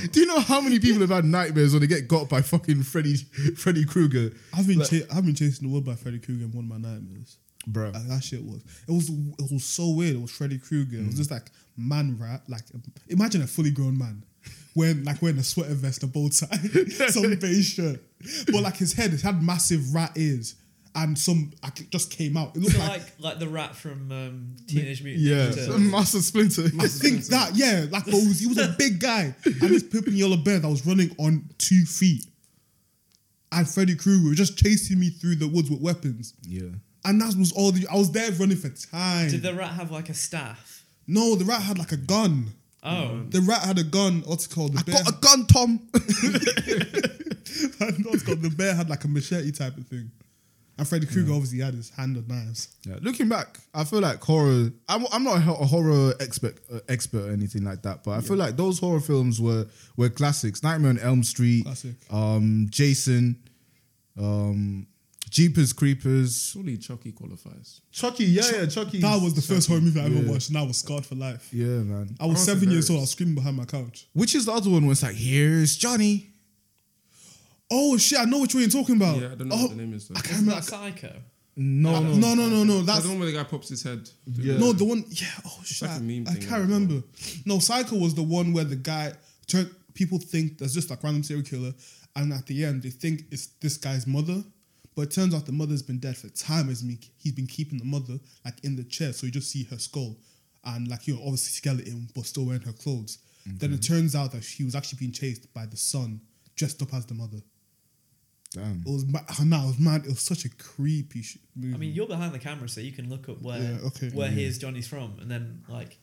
Speaker 1: Do you know how many people have had nightmares or they get got by fucking Freddy Freddy Krueger?
Speaker 3: I've been
Speaker 1: Like-
Speaker 3: cha- I've been chasing the wood by Freddy Krueger in one of my nightmares.
Speaker 1: Bro.
Speaker 3: Like, that shit was it was it was so weird. It was Freddy Krueger.
Speaker 1: Mm.
Speaker 3: It was just like man rat. Like imagine a fully grown man wearing like wearing a sweater vest, a bow tie, some beige shirt, but like his head it had massive rat ears and some like, it just came out. It looked like,
Speaker 4: like like the rat from um, Teenage Mutant
Speaker 1: Yeah.
Speaker 4: Ninja Turtles.
Speaker 1: Master Splinter.
Speaker 3: I think that yeah, like but it was, he was a big guy and this Pippin yellow bear that was running on two feet. And Freddy Krueger was just chasing me through the woods with weapons.
Speaker 1: Yeah.
Speaker 3: And that was all the I was there running for time.
Speaker 4: Did the rat have like a staff?
Speaker 3: no, the rat had like a gun.
Speaker 4: Oh,
Speaker 3: The rat had a gun. What's it called? The bear,
Speaker 1: Got a gun, Tom.
Speaker 3: no, it's called? The bear had like a machete type of thing. And Freddy Krueger obviously had his hand on knives.
Speaker 1: Yeah, looking back, I feel like horror. I'm, I'm not a ho- a horror expert, uh, expert or anything like that, but I feel like those horror films were were classics. Nightmare on Elm Street,
Speaker 3: Classic.
Speaker 1: um, Jason, um, Jeepers Creepers,
Speaker 2: Surely Chucky qualifies.
Speaker 1: Chucky. Yeah, yeah, Chucky.
Speaker 3: That was the first horror movie I ever
Speaker 1: Yeah.
Speaker 3: watched, and I was scarred for life.
Speaker 1: Yeah, man.
Speaker 3: I was
Speaker 2: Oh,
Speaker 3: seven years
Speaker 2: hilarious.
Speaker 3: old. I was screaming behind my couch.
Speaker 1: Which is the other one where it's like, here's Johnny.
Speaker 3: Oh shit! I know which one you're talking about.
Speaker 2: Yeah, I don't know
Speaker 3: Oh,
Speaker 2: what the name is though.
Speaker 3: I
Speaker 2: Is
Speaker 3: can't
Speaker 4: isn't that
Speaker 3: remember.
Speaker 4: Psycho?
Speaker 1: No, no,
Speaker 3: No, no, no, no.
Speaker 2: that
Speaker 3: That's
Speaker 2: the one where the guy pops his head?
Speaker 1: Yeah.
Speaker 3: no the one. Yeah. Oh shit!
Speaker 2: like a
Speaker 3: I-
Speaker 2: meme
Speaker 3: I
Speaker 2: thing
Speaker 3: can't
Speaker 2: as well.
Speaker 3: remember. No, Psycho was the one where the guy turned. People think there's just like random serial killer, and at the end they think it's this guy's mother, but it turns out the mother's been dead for time. As me, he's been keeping the mother like in the chair, so you just see her skull, and like you know obviously skeleton, but still wearing her clothes. Then
Speaker 2: Mhm.
Speaker 3: it turns out that she was actually being chased by the son dressed up as the mother.
Speaker 1: Damn.
Speaker 3: It was ma- oh, nah, it was mad. It was such a creepy sh- movie.
Speaker 4: I mean, you're behind the camera, so you can look up where
Speaker 3: Yeah, okay.
Speaker 4: where
Speaker 3: Yeah.
Speaker 4: here's Johnny's from, and then like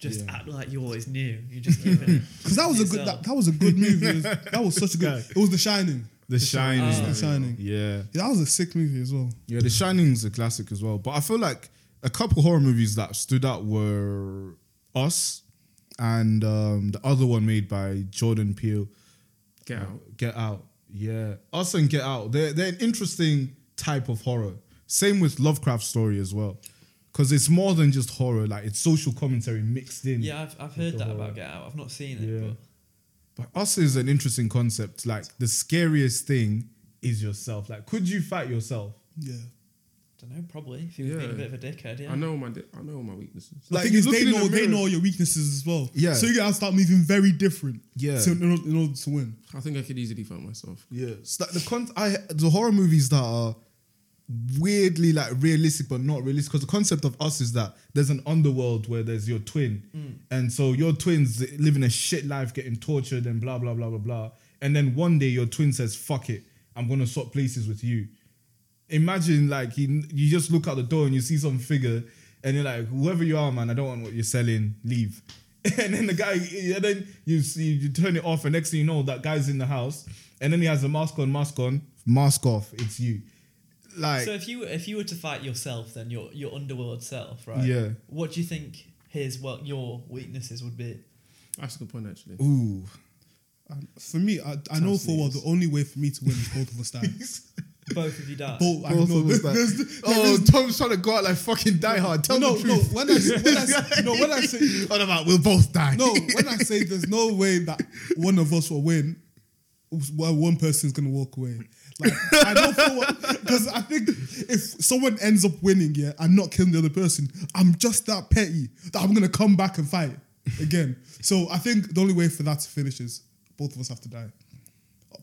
Speaker 4: just
Speaker 1: Yeah.
Speaker 4: act like you always knew. You just keep it.
Speaker 3: Because that was a good
Speaker 4: um,
Speaker 3: that, that was a good movie. It was- that was such a good. It was The Shining.
Speaker 1: The Shining.
Speaker 3: It was The Shining.
Speaker 1: yeah.
Speaker 3: That was a sick movie as well.
Speaker 1: Yeah, The Shining's a classic as well. But I feel like a couple horror movies that stood out were Us and um, the other one made by Jordan Peele,
Speaker 2: Get out.
Speaker 1: Get Out. Yeah, Us and Get Out. They're they're an interesting type of horror. Same with Lovecraft Story as well, because it's more than just horror. Like it's social commentary mixed in.
Speaker 4: yeah, I've, I've heard
Speaker 1: the
Speaker 4: that
Speaker 1: horror.
Speaker 4: about Get Out. I've not seen it,
Speaker 1: Yeah. But us is an interesting concept. Like the scariest thing is yourself. Like, could you fight yourself?
Speaker 3: Yeah.
Speaker 4: but I don't know. Probably if you were being a
Speaker 2: Yeah.
Speaker 4: bit of a dickhead, yeah.
Speaker 2: I know my di- I know my weaknesses.
Speaker 3: The
Speaker 1: Like,
Speaker 3: thing
Speaker 1: you
Speaker 3: is,
Speaker 1: look
Speaker 3: they
Speaker 1: in the
Speaker 3: know they
Speaker 1: mirror-
Speaker 3: know your weaknesses as well.
Speaker 1: Yeah.
Speaker 3: So you gotta start moving very different.
Speaker 1: Yeah.
Speaker 3: To, in, order, in order to win.
Speaker 2: I think I could easily fight myself.
Speaker 1: Yeah, it's like the con- I the horror movies that are weirdly like realistic but not realistic because the concept of us is that there's an underworld where there's your twin, and so your twins living a shit life, getting tortured and blah blah blah blah blah, and then one day your twin says, "Fuck it, I'm gonna swap places with you." Imagine like you, you just look out the door and you see some figure, and you're like, "Whoever you are, man, I don't want what you're selling. Leave." And then the guy, and then you see you turn it off, and next thing you know, that guy's in the house, and then he has a mask on, mask on, mask off. It's you. like
Speaker 4: so if you if you were to fight yourself, then your your underworld self, right?
Speaker 1: yeah.
Speaker 4: What do you think his well your weaknesses would be?
Speaker 2: That's a good point, actually.
Speaker 1: Ooh,
Speaker 3: Um, for me, I, I know for a while the only way for me to win is both of us dying.
Speaker 4: Both of you die.
Speaker 3: Both, I
Speaker 1: both
Speaker 3: know.
Speaker 1: of us like,
Speaker 3: There's- there's-
Speaker 1: oh, Tom's trying to go out like fucking Die Hard. Tell
Speaker 3: no,
Speaker 1: the
Speaker 3: no.
Speaker 1: truth.
Speaker 3: When I, when I, no, when I say
Speaker 1: What about we'll both die?
Speaker 3: no, when I say there's no way that one of us will win, well, one person's gonna walk away. Like I know for because I think if someone ends up winning, yeah, and not killing the other person, I'm just that petty that I'm gonna come back and fight again. So I think the only way for that to finish is both of us have to die.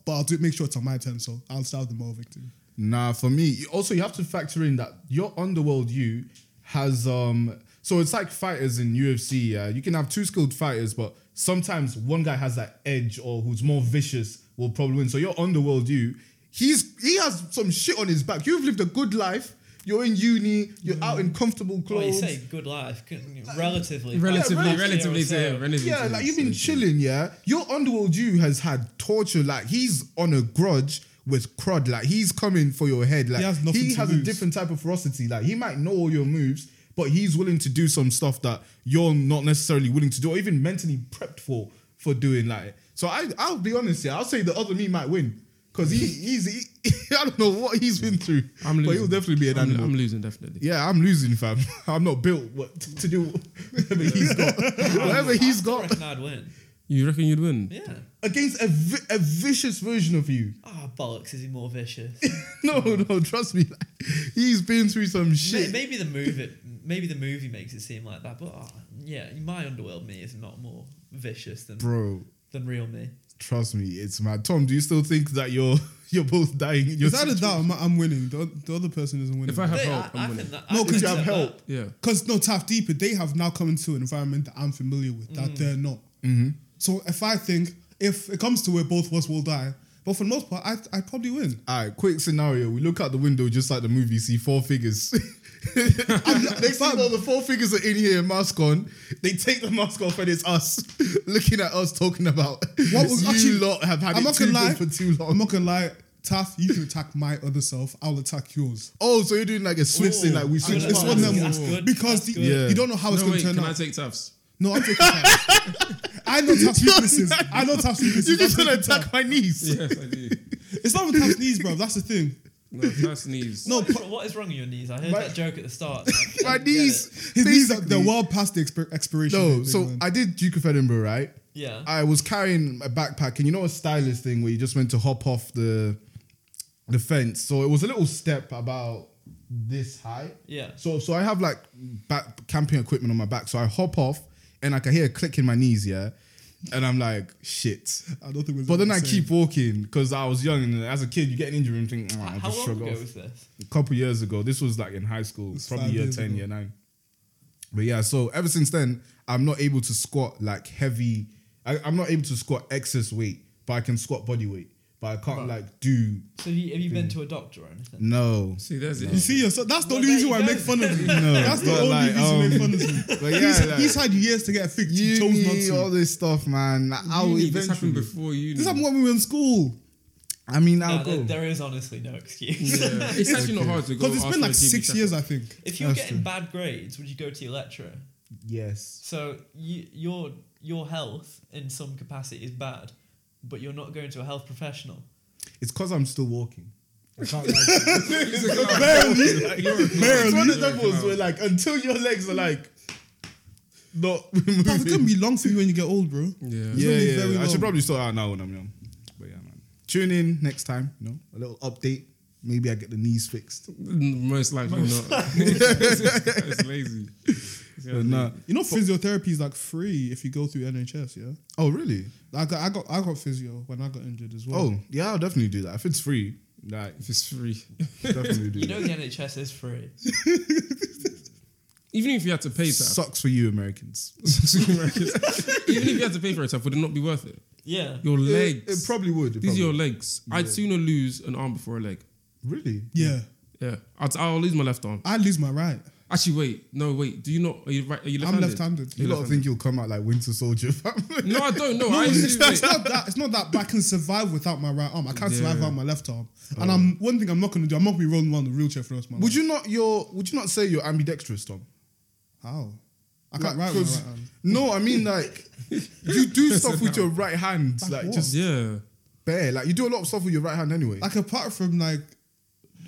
Speaker 3: But I'll do make sure it's on my turn, so I'll start the moral victim.
Speaker 1: Nah, for me. you- Also, you have to factor in that your underworld you has um. So it's like fighters in UFC. Yeah, you can have two skilled fighters, but sometimes one guy has that edge or who's more vicious will probably win. So your underworld you, he's he has some shit on his back. You've lived a good life. You're in uni. You're out in comfortable
Speaker 4: Well, you
Speaker 1: clothes.
Speaker 4: say good life, couldn't you? relatively.
Speaker 2: Relatively,
Speaker 1: Yeah,
Speaker 2: relatively to him. Relatively to
Speaker 1: Yeah,
Speaker 2: him.
Speaker 1: like you've been
Speaker 2: So,
Speaker 1: chilling, yeah. Your underworld you has had torture. Like he's on a grudge with crud. Like he's coming for your head. Like
Speaker 3: He has nothing to
Speaker 1: has a
Speaker 3: lose.
Speaker 1: different type of ferocity. Like he might know all your moves, but he's willing to do some stuff that you're not necessarily willing to do, or even mentally prepped for for doing. Like so, I I'll be honest, yeah. I'll say the other me might win. Cause he, he's, he, I don't know what he's been through,
Speaker 2: I'm losing.
Speaker 1: but he'll definitely be an
Speaker 2: I'm,
Speaker 1: animal.
Speaker 2: I'm losing, definitely.
Speaker 1: Yeah, I'm losing, fam. I'm not built what, to do whatever he's got. whatever he's
Speaker 4: I
Speaker 1: got
Speaker 4: reckon I'd win.
Speaker 2: You reckon you'd win?
Speaker 4: Yeah.
Speaker 1: against a, vi- a vicious version of you.
Speaker 4: Ah, bollocks! Is he more vicious?
Speaker 1: No, no, trust me. He's been through some
Speaker 4: May-
Speaker 1: shit.
Speaker 4: maybe the move it, maybe the movie makes it seem like that, but ah, yeah, my underworld me is not more vicious than
Speaker 1: Bro,
Speaker 4: than real me.
Speaker 1: trust me, it's mad. Tom, do you still think that you're you're both dying? in your
Speaker 3: Without a
Speaker 1: situation?
Speaker 3: doubt, I'm, I'm winning. The, the other person isn't winning.
Speaker 2: If I have
Speaker 4: They-
Speaker 2: help, I'm
Speaker 4: I, I
Speaker 2: winning.
Speaker 4: think that,
Speaker 3: No,
Speaker 4: I
Speaker 3: 'cause
Speaker 4: think
Speaker 1: you have
Speaker 4: that-
Speaker 1: help.
Speaker 2: Yeah.
Speaker 3: Because no, Taff Deeper, they have now come into an environment that I'm familiar with
Speaker 1: Mm.
Speaker 3: that they're not.
Speaker 1: Mm-hmm.
Speaker 3: So if I think if it comes to where both of us will die, but for the most part, I I probably win.
Speaker 1: All right, quick scenario. We look out the window just like the movie, see four figures. Next thing you know, the four figures are in here, mask on. They take the mask off and it's us looking at us talking about what was
Speaker 3: was-
Speaker 1: you
Speaker 3: actually,
Speaker 1: lot have had
Speaker 3: I'm
Speaker 1: it
Speaker 3: not
Speaker 1: too
Speaker 3: gonna
Speaker 1: good for
Speaker 3: lie.
Speaker 1: too long.
Speaker 3: I'm not gonna lie, Taff, you can attack my other self. I'll attack yours.
Speaker 1: oh, so you're doing like a switch thing, like we
Speaker 4: Oh,
Speaker 1: switch
Speaker 4: that's-
Speaker 3: it's
Speaker 1: parts.
Speaker 3: one of them
Speaker 4: that's good,
Speaker 3: because
Speaker 4: that's
Speaker 3: the-
Speaker 4: good.
Speaker 1: Yeah.
Speaker 3: you don't know how it's
Speaker 2: No,
Speaker 3: gonna
Speaker 2: wait,
Speaker 3: turn
Speaker 2: can
Speaker 3: out.
Speaker 2: I take Tafs?
Speaker 3: no, I'm taking Taff. I know Taff's weaknesses. I know Taff's weaknesses.
Speaker 1: You're just
Speaker 3: I'm
Speaker 1: gonna
Speaker 3: taking Taff.
Speaker 1: attack my niece.
Speaker 2: Yes, I do.
Speaker 3: It's not even Taff's knees, bro. That's the thing.
Speaker 2: No, Tafs knees.
Speaker 3: No,
Speaker 4: What is, what is wrong with your knees? I heard
Speaker 1: My-
Speaker 4: that joke at the start.
Speaker 1: My
Speaker 4: I didn't get it.
Speaker 1: niece.
Speaker 3: his knees are
Speaker 1: basically-
Speaker 3: they're well past the expir- expiration.
Speaker 1: No,
Speaker 3: date,
Speaker 1: so
Speaker 3: man.
Speaker 1: I did Duke of Edinburgh, right?
Speaker 4: Yeah.
Speaker 1: I was carrying a backpack, and you know a stylist thing where you just went to hop off the the fence. So it was a little step about this high.
Speaker 4: Yeah.
Speaker 1: So so I have like back camping equipment on my back. So I hop off and I can hear a click in my knees, yeah. And I'm like, shit.
Speaker 3: I don't think. we're
Speaker 1: But then I
Speaker 3: saying-
Speaker 1: keep walking because I was young and as a kid you get an injury and think, oh, I'll
Speaker 4: How
Speaker 1: just
Speaker 4: long
Speaker 1: shrug
Speaker 4: ago
Speaker 1: off
Speaker 4: was this?
Speaker 1: a couple years ago. This was like in high school,
Speaker 3: It's
Speaker 1: probably
Speaker 3: five
Speaker 1: year
Speaker 3: years
Speaker 1: ten,
Speaker 3: ago.
Speaker 1: year nine. But yeah, so ever since then, I'm not able to squat like heavy. I, I'm not able to squat excess weight, but I can squat body weight. But I can't like do
Speaker 4: So have you, have you been to a doctor or anything?
Speaker 1: no.
Speaker 2: See, there's
Speaker 3: You
Speaker 2: it.
Speaker 3: see, yourself, that's
Speaker 4: Well,
Speaker 3: the only
Speaker 4: there
Speaker 3: reason
Speaker 4: you
Speaker 3: why I
Speaker 4: go.
Speaker 3: make fun of you.
Speaker 1: No,
Speaker 3: that's the
Speaker 1: but
Speaker 3: only
Speaker 1: like,
Speaker 3: reason
Speaker 1: um,
Speaker 3: you make fun of you.
Speaker 1: But yeah,
Speaker 3: he's,
Speaker 1: like,
Speaker 3: he's had years to get fixed. He chose not
Speaker 1: uni, all
Speaker 3: to.
Speaker 1: this stuff, man. I'll
Speaker 2: Uni,
Speaker 1: eventually.
Speaker 2: this happened before you.
Speaker 3: This happened when we were in school.
Speaker 1: I mean,
Speaker 4: No,
Speaker 1: I'll
Speaker 4: there,
Speaker 1: go.
Speaker 4: Uh, there is honestly no excuse.
Speaker 2: Yeah. It's actually not hard to go.
Speaker 3: Because it's
Speaker 2: ask
Speaker 3: been
Speaker 2: for a
Speaker 3: like
Speaker 2: GB
Speaker 3: six
Speaker 2: checkup.
Speaker 3: years, I think.
Speaker 4: If you're
Speaker 1: That's
Speaker 4: getting
Speaker 1: true.
Speaker 4: bad grades, would you go to your lecturer?
Speaker 1: yes.
Speaker 4: So you, your your health in some capacity is bad, but you're not going to a health professional.
Speaker 1: It's because I'm still walking. I can't like,
Speaker 2: It's a clown. You're a clown.
Speaker 1: it's one of
Speaker 2: You're a
Speaker 1: them ones
Speaker 2: clown.
Speaker 1: where like until your legs are like not moving.
Speaker 3: That's going to be long for you when you get old, bro.
Speaker 2: Yeah.
Speaker 1: yeah,
Speaker 3: gonna be
Speaker 1: yeah,
Speaker 3: very
Speaker 1: yeah. I
Speaker 3: long.
Speaker 1: should probably sort out now when I'm young. But yeah, man. Tune in next time. You know, a little update. Maybe I get the knees fixed.
Speaker 2: Most likely not. it's lazy.
Speaker 1: But nah.
Speaker 3: You know, physiotherapy is like free if you go through NHS, yeah?
Speaker 1: Oh, really?
Speaker 3: I got, I got, I got physio when I got injured as well.
Speaker 1: Oh, yeah. I'll definitely do that if it's free. Like,
Speaker 2: If it's free.
Speaker 1: definitely do
Speaker 4: You know
Speaker 1: that.
Speaker 4: the NHS is free.
Speaker 2: Even if you had to pay that,
Speaker 1: Sucks for you Americans.
Speaker 2: even if you had to pay for it, Taf, would it not be worth it?
Speaker 4: Yeah.
Speaker 2: Your legs.
Speaker 1: It, it probably would. It
Speaker 2: These
Speaker 1: probably
Speaker 2: are your
Speaker 1: would.
Speaker 2: legs. I'd sooner lose an arm before a leg.
Speaker 1: really?
Speaker 3: Yeah.
Speaker 2: Yeah. I'd, I'll lose my left arm.
Speaker 3: I lose my right.
Speaker 2: Actually, wait. No, wait. Do you not? Are you right? Are you
Speaker 3: I'm
Speaker 2: left-handed?
Speaker 3: left-handed.
Speaker 1: You lot think you'll come out like Winter Soldier, fam.
Speaker 2: No, I don't know.
Speaker 3: No,
Speaker 2: I
Speaker 3: it's,
Speaker 2: actually, wait.
Speaker 3: it's not- it's not that. It's not that. But I can survive without my right arm. I can't survive
Speaker 2: Yeah.
Speaker 3: without my left arm. And I'm one thing I'm not gonna do. I'm not gonna be rolling around the wheelchair for us, man.
Speaker 1: would you not your Would you not say you're ambidextrous, Tom?
Speaker 3: How? I can't
Speaker 1: Like,
Speaker 3: write with my
Speaker 1: 'cause-
Speaker 3: right hand.
Speaker 1: No, I mean like you do stuff with your right hand,
Speaker 3: Like
Speaker 1: like
Speaker 3: what?
Speaker 1: just
Speaker 2: yeah.
Speaker 1: bare. Like you do a lot of stuff with your right hand anyway.
Speaker 3: Like apart from like,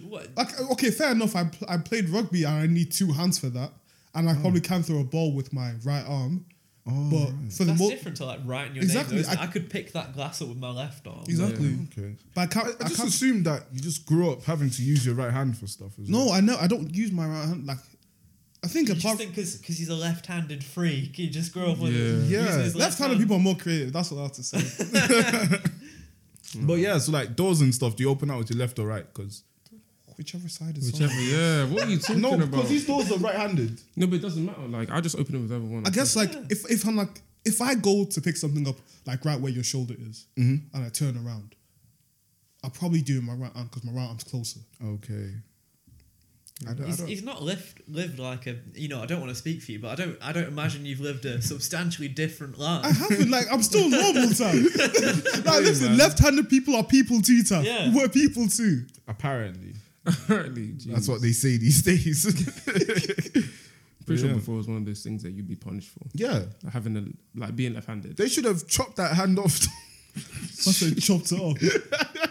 Speaker 4: What?
Speaker 3: like okay, fair enough. I pl- I played rugby and I need two hands for that, and I
Speaker 1: Oh.
Speaker 3: probably can throw a ball with my right arm. but for the
Speaker 4: That's
Speaker 3: most,
Speaker 4: different to like writing your
Speaker 3: Exactly,
Speaker 4: name. Though, isn't it?
Speaker 3: I-
Speaker 4: I, could pick that glass up with my left arm.
Speaker 3: exactly.
Speaker 1: okay.
Speaker 3: But I can't.
Speaker 1: I,
Speaker 3: I,
Speaker 1: I just
Speaker 3: can't.
Speaker 1: assumed that you just grew up having to use your right hand for stuff. As well.
Speaker 3: No, I know. I don't use my right hand. Like, I think
Speaker 4: You just
Speaker 3: apart
Speaker 4: think because he's a left-handed freak, he just grew up with
Speaker 2: Yeah.
Speaker 4: using
Speaker 1: Yeah.
Speaker 4: his left
Speaker 3: left-handed
Speaker 4: hand.
Speaker 3: people are more creative. That's what I have to say.
Speaker 1: but yeah, so like doors and stuff, do you open out with your left or right? Because
Speaker 3: Whichever side is.
Speaker 2: Whichever. Yeah. What are you talking
Speaker 1: no,
Speaker 2: about?
Speaker 1: because these doors are right-handed.
Speaker 2: No, but it doesn't matter. Like I just open it with everyone.
Speaker 3: I guess like if, if I'm like if I go to pick something up like right where your shoulder is and I turn around, I'll probably do it in my right arm because my right arm's closer.
Speaker 1: Okay. I don't, I
Speaker 4: He's,
Speaker 1: don't-
Speaker 4: he's not lived lived like a you know I don't want to speak for you but I don't I don't imagine you've lived a substantially different
Speaker 3: I
Speaker 4: life.
Speaker 3: haven't like I'm still normal time. like listen,
Speaker 2: man.
Speaker 3: left-handed people are people too, Tam.
Speaker 4: Yeah.
Speaker 3: We're people too.
Speaker 1: apparently,
Speaker 2: Apparently,
Speaker 1: that's what they say these days.
Speaker 2: Pretty sure
Speaker 1: Yeah.
Speaker 2: before it was one of those things that you'd be punished for.
Speaker 1: yeah,
Speaker 2: Like having a like being left-handed.
Speaker 1: they should have chopped that hand off.
Speaker 3: Must have chopped it off.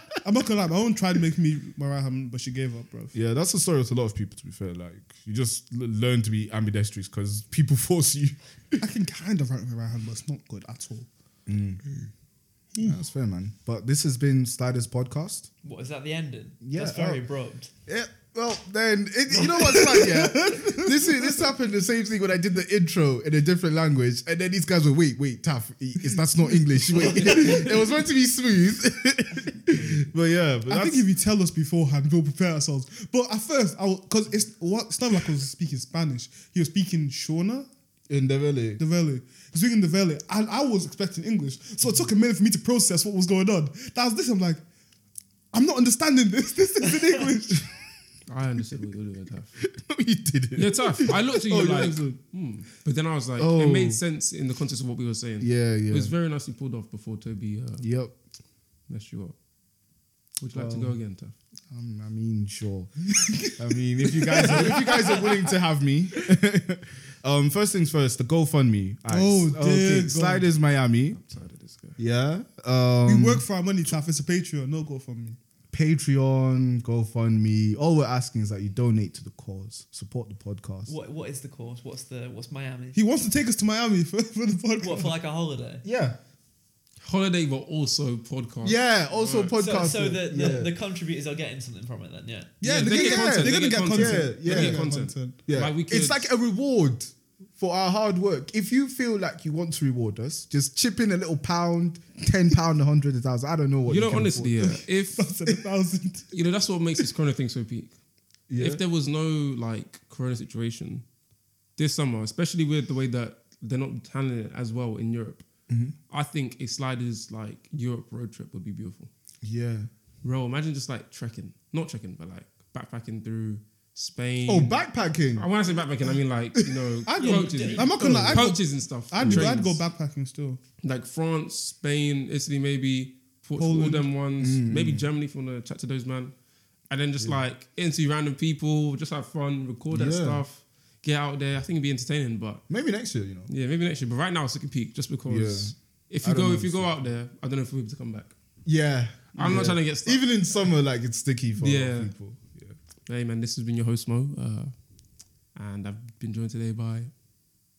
Speaker 3: I'm not gonna lie, my own tried to make me my right hand, but she gave up, bro.
Speaker 1: yeah, that's the story with a lot of people. To be fair, like you just l- learn to be ambidextrous because people force you.
Speaker 3: I can kind of write with my right hand, but it's not good at all. Mm.
Speaker 1: Yeah, that's Mm. fair, man. But this has been Slider's podcast.
Speaker 4: What is that the ending?
Speaker 1: Yeah,
Speaker 4: that's very
Speaker 1: oh.
Speaker 4: abrupt.
Speaker 1: Yeah. Well, then it, you know what's sad, yeah. this is, this happened the same thing when I did the intro in a different language, and then these guys were wait, wait, tough. It's, that's not English. Wait, it was meant to be smooth. but yeah, but
Speaker 3: I
Speaker 1: that's,
Speaker 3: think if you tell us beforehand, we'll prepare ourselves. But at first, I because it's what it's not like I was speaking Spanish. He was speaking Shona
Speaker 1: in the valley.
Speaker 3: Devele. He's speaking Devele, and I was expecting English, so it took a minute for me to process what was going on. That was this. I'm like, I'm not understanding this. This is in English.
Speaker 2: I understood what you were doing, Taf.
Speaker 1: No, you didn't.
Speaker 2: Yeah, Taf. I looked at you
Speaker 1: Oh, you
Speaker 2: like,
Speaker 1: understood.
Speaker 2: hmm. but then I was like,
Speaker 1: Oh.
Speaker 2: it made sense in the context of what we were saying.
Speaker 1: Yeah,
Speaker 2: It
Speaker 1: yeah.
Speaker 2: was very nicely pulled off before Toby uh,
Speaker 1: yep.
Speaker 2: messed you up. Would you like to
Speaker 1: Well,
Speaker 2: go again, Taf?
Speaker 1: Um, I mean, sure. I mean, if you guys are, if you guys are willing to have me, um, first things first, the GoFundMe. All right.
Speaker 3: Oh, dear God.
Speaker 1: Sliders Miami.
Speaker 2: I'm tired of this guy.
Speaker 1: Yeah. Um,
Speaker 3: we work for our money, Taff. It's a Patreon. No go for me.
Speaker 1: Patreon, GoFundMe. All we're asking is that you donate to the cause, support the podcast.
Speaker 4: What what is the course? What's the what's Miami?
Speaker 3: He wants to take us to Miami for, for the podcast.
Speaker 4: What for like a holiday?
Speaker 1: Yeah.
Speaker 2: Holiday, but also podcast.
Speaker 1: Yeah. Also,
Speaker 2: Right.
Speaker 1: podcast.
Speaker 4: So, so the, the,
Speaker 1: yeah.
Speaker 4: the contributors are getting something from it then, yeah.
Speaker 3: yeah,
Speaker 2: Yeah,
Speaker 3: they're,
Speaker 2: they get
Speaker 3: gonna get
Speaker 2: content,
Speaker 3: They're gonna get content.
Speaker 1: Yeah,
Speaker 3: They're
Speaker 1: yeah.
Speaker 3: gonna get
Speaker 2: Content.
Speaker 3: content.
Speaker 1: yeah.
Speaker 2: like we
Speaker 1: it's
Speaker 2: could-
Speaker 1: like a reward for our hard work. If you feel like you want to reward us, just chip in a little pound, ten pound, a hundred, a thousand. I don't know what you
Speaker 2: You know,
Speaker 1: can
Speaker 2: honestly,
Speaker 1: afford.
Speaker 2: yeah. If
Speaker 3: That's a thousand.
Speaker 2: you know, that's what makes this corona thing so peak.
Speaker 1: Yeah.
Speaker 2: If there was no like corona situation this summer, especially with the way that they're not handling it as well in Europe,
Speaker 3: Mm-hmm.
Speaker 2: I think a sliders like Europe road trip would be beautiful.
Speaker 1: yeah.
Speaker 2: Bro, imagine just like trekking, not trekking, but like backpacking through Spain.
Speaker 1: Oh, backpacking.
Speaker 2: I want to say backpacking, I mean like you know
Speaker 3: I'd go-
Speaker 2: coaches,
Speaker 3: I'm not gonna lie, I'd go-
Speaker 2: coaches and stuff.
Speaker 3: I'd,
Speaker 2: and
Speaker 3: do- I'd
Speaker 2: trains.
Speaker 3: go backpacking still.
Speaker 2: like France, Spain, Italy, maybe Portugal, all
Speaker 3: Poland.
Speaker 2: them ones,
Speaker 1: Mm.
Speaker 2: maybe Germany. If you want to chat to those man, and then just like into random people, just have fun, record that
Speaker 1: Yeah.
Speaker 2: stuff, get out there. I think it'd be entertaining, but
Speaker 1: Maybe next year, you know.
Speaker 2: yeah, maybe next year. But right now, it's looking peak just because if
Speaker 1: I
Speaker 2: you
Speaker 1: don't
Speaker 2: go,
Speaker 1: know
Speaker 2: if you
Speaker 1: if
Speaker 2: go out there, I don't know if we'll be able to come back.
Speaker 1: Yeah.
Speaker 2: I'm
Speaker 1: yeah.
Speaker 2: not trying to get stuck.
Speaker 1: Even in summer, like it's sticky for a lot
Speaker 2: Yeah.
Speaker 1: of people. Yeah.
Speaker 2: hey man, this has been your host Mo, uh, and I've been joined today by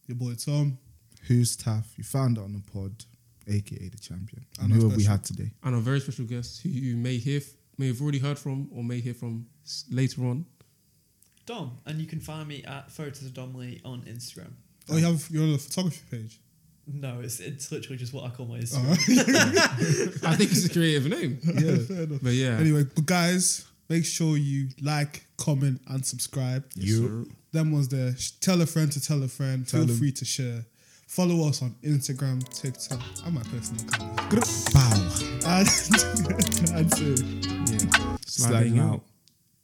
Speaker 3: Your boy Tom.
Speaker 1: Who's tough? You found it on the pod, aka the champion. And
Speaker 3: And
Speaker 1: who
Speaker 3: our
Speaker 1: have we
Speaker 3: special-
Speaker 1: had today?
Speaker 2: and our very special guest who you may hear, f- may have already heard from, or may hear from s- later on.
Speaker 4: Dom. And you can find me at Photos of Dom Lee on Instagram.
Speaker 3: Oh, you have your other photography page.
Speaker 4: No, it's it's literally just what I call my Instagram.
Speaker 3: All right.
Speaker 2: I think it's a creative name,
Speaker 1: Yeah.
Speaker 3: Fair enough.
Speaker 2: but yeah.
Speaker 3: Anyway, but guys, make sure you like, comment, and subscribe.
Speaker 1: You.
Speaker 3: Them ones there. Sh- Tell a friend to tell a friend.
Speaker 1: Tell
Speaker 3: Feel
Speaker 1: 'em.
Speaker 3: free to share. Follow us on Instagram, TikTok, and my personal account.
Speaker 1: Bow.
Speaker 3: And, and so-
Speaker 2: Yeah.
Speaker 1: Sliding out.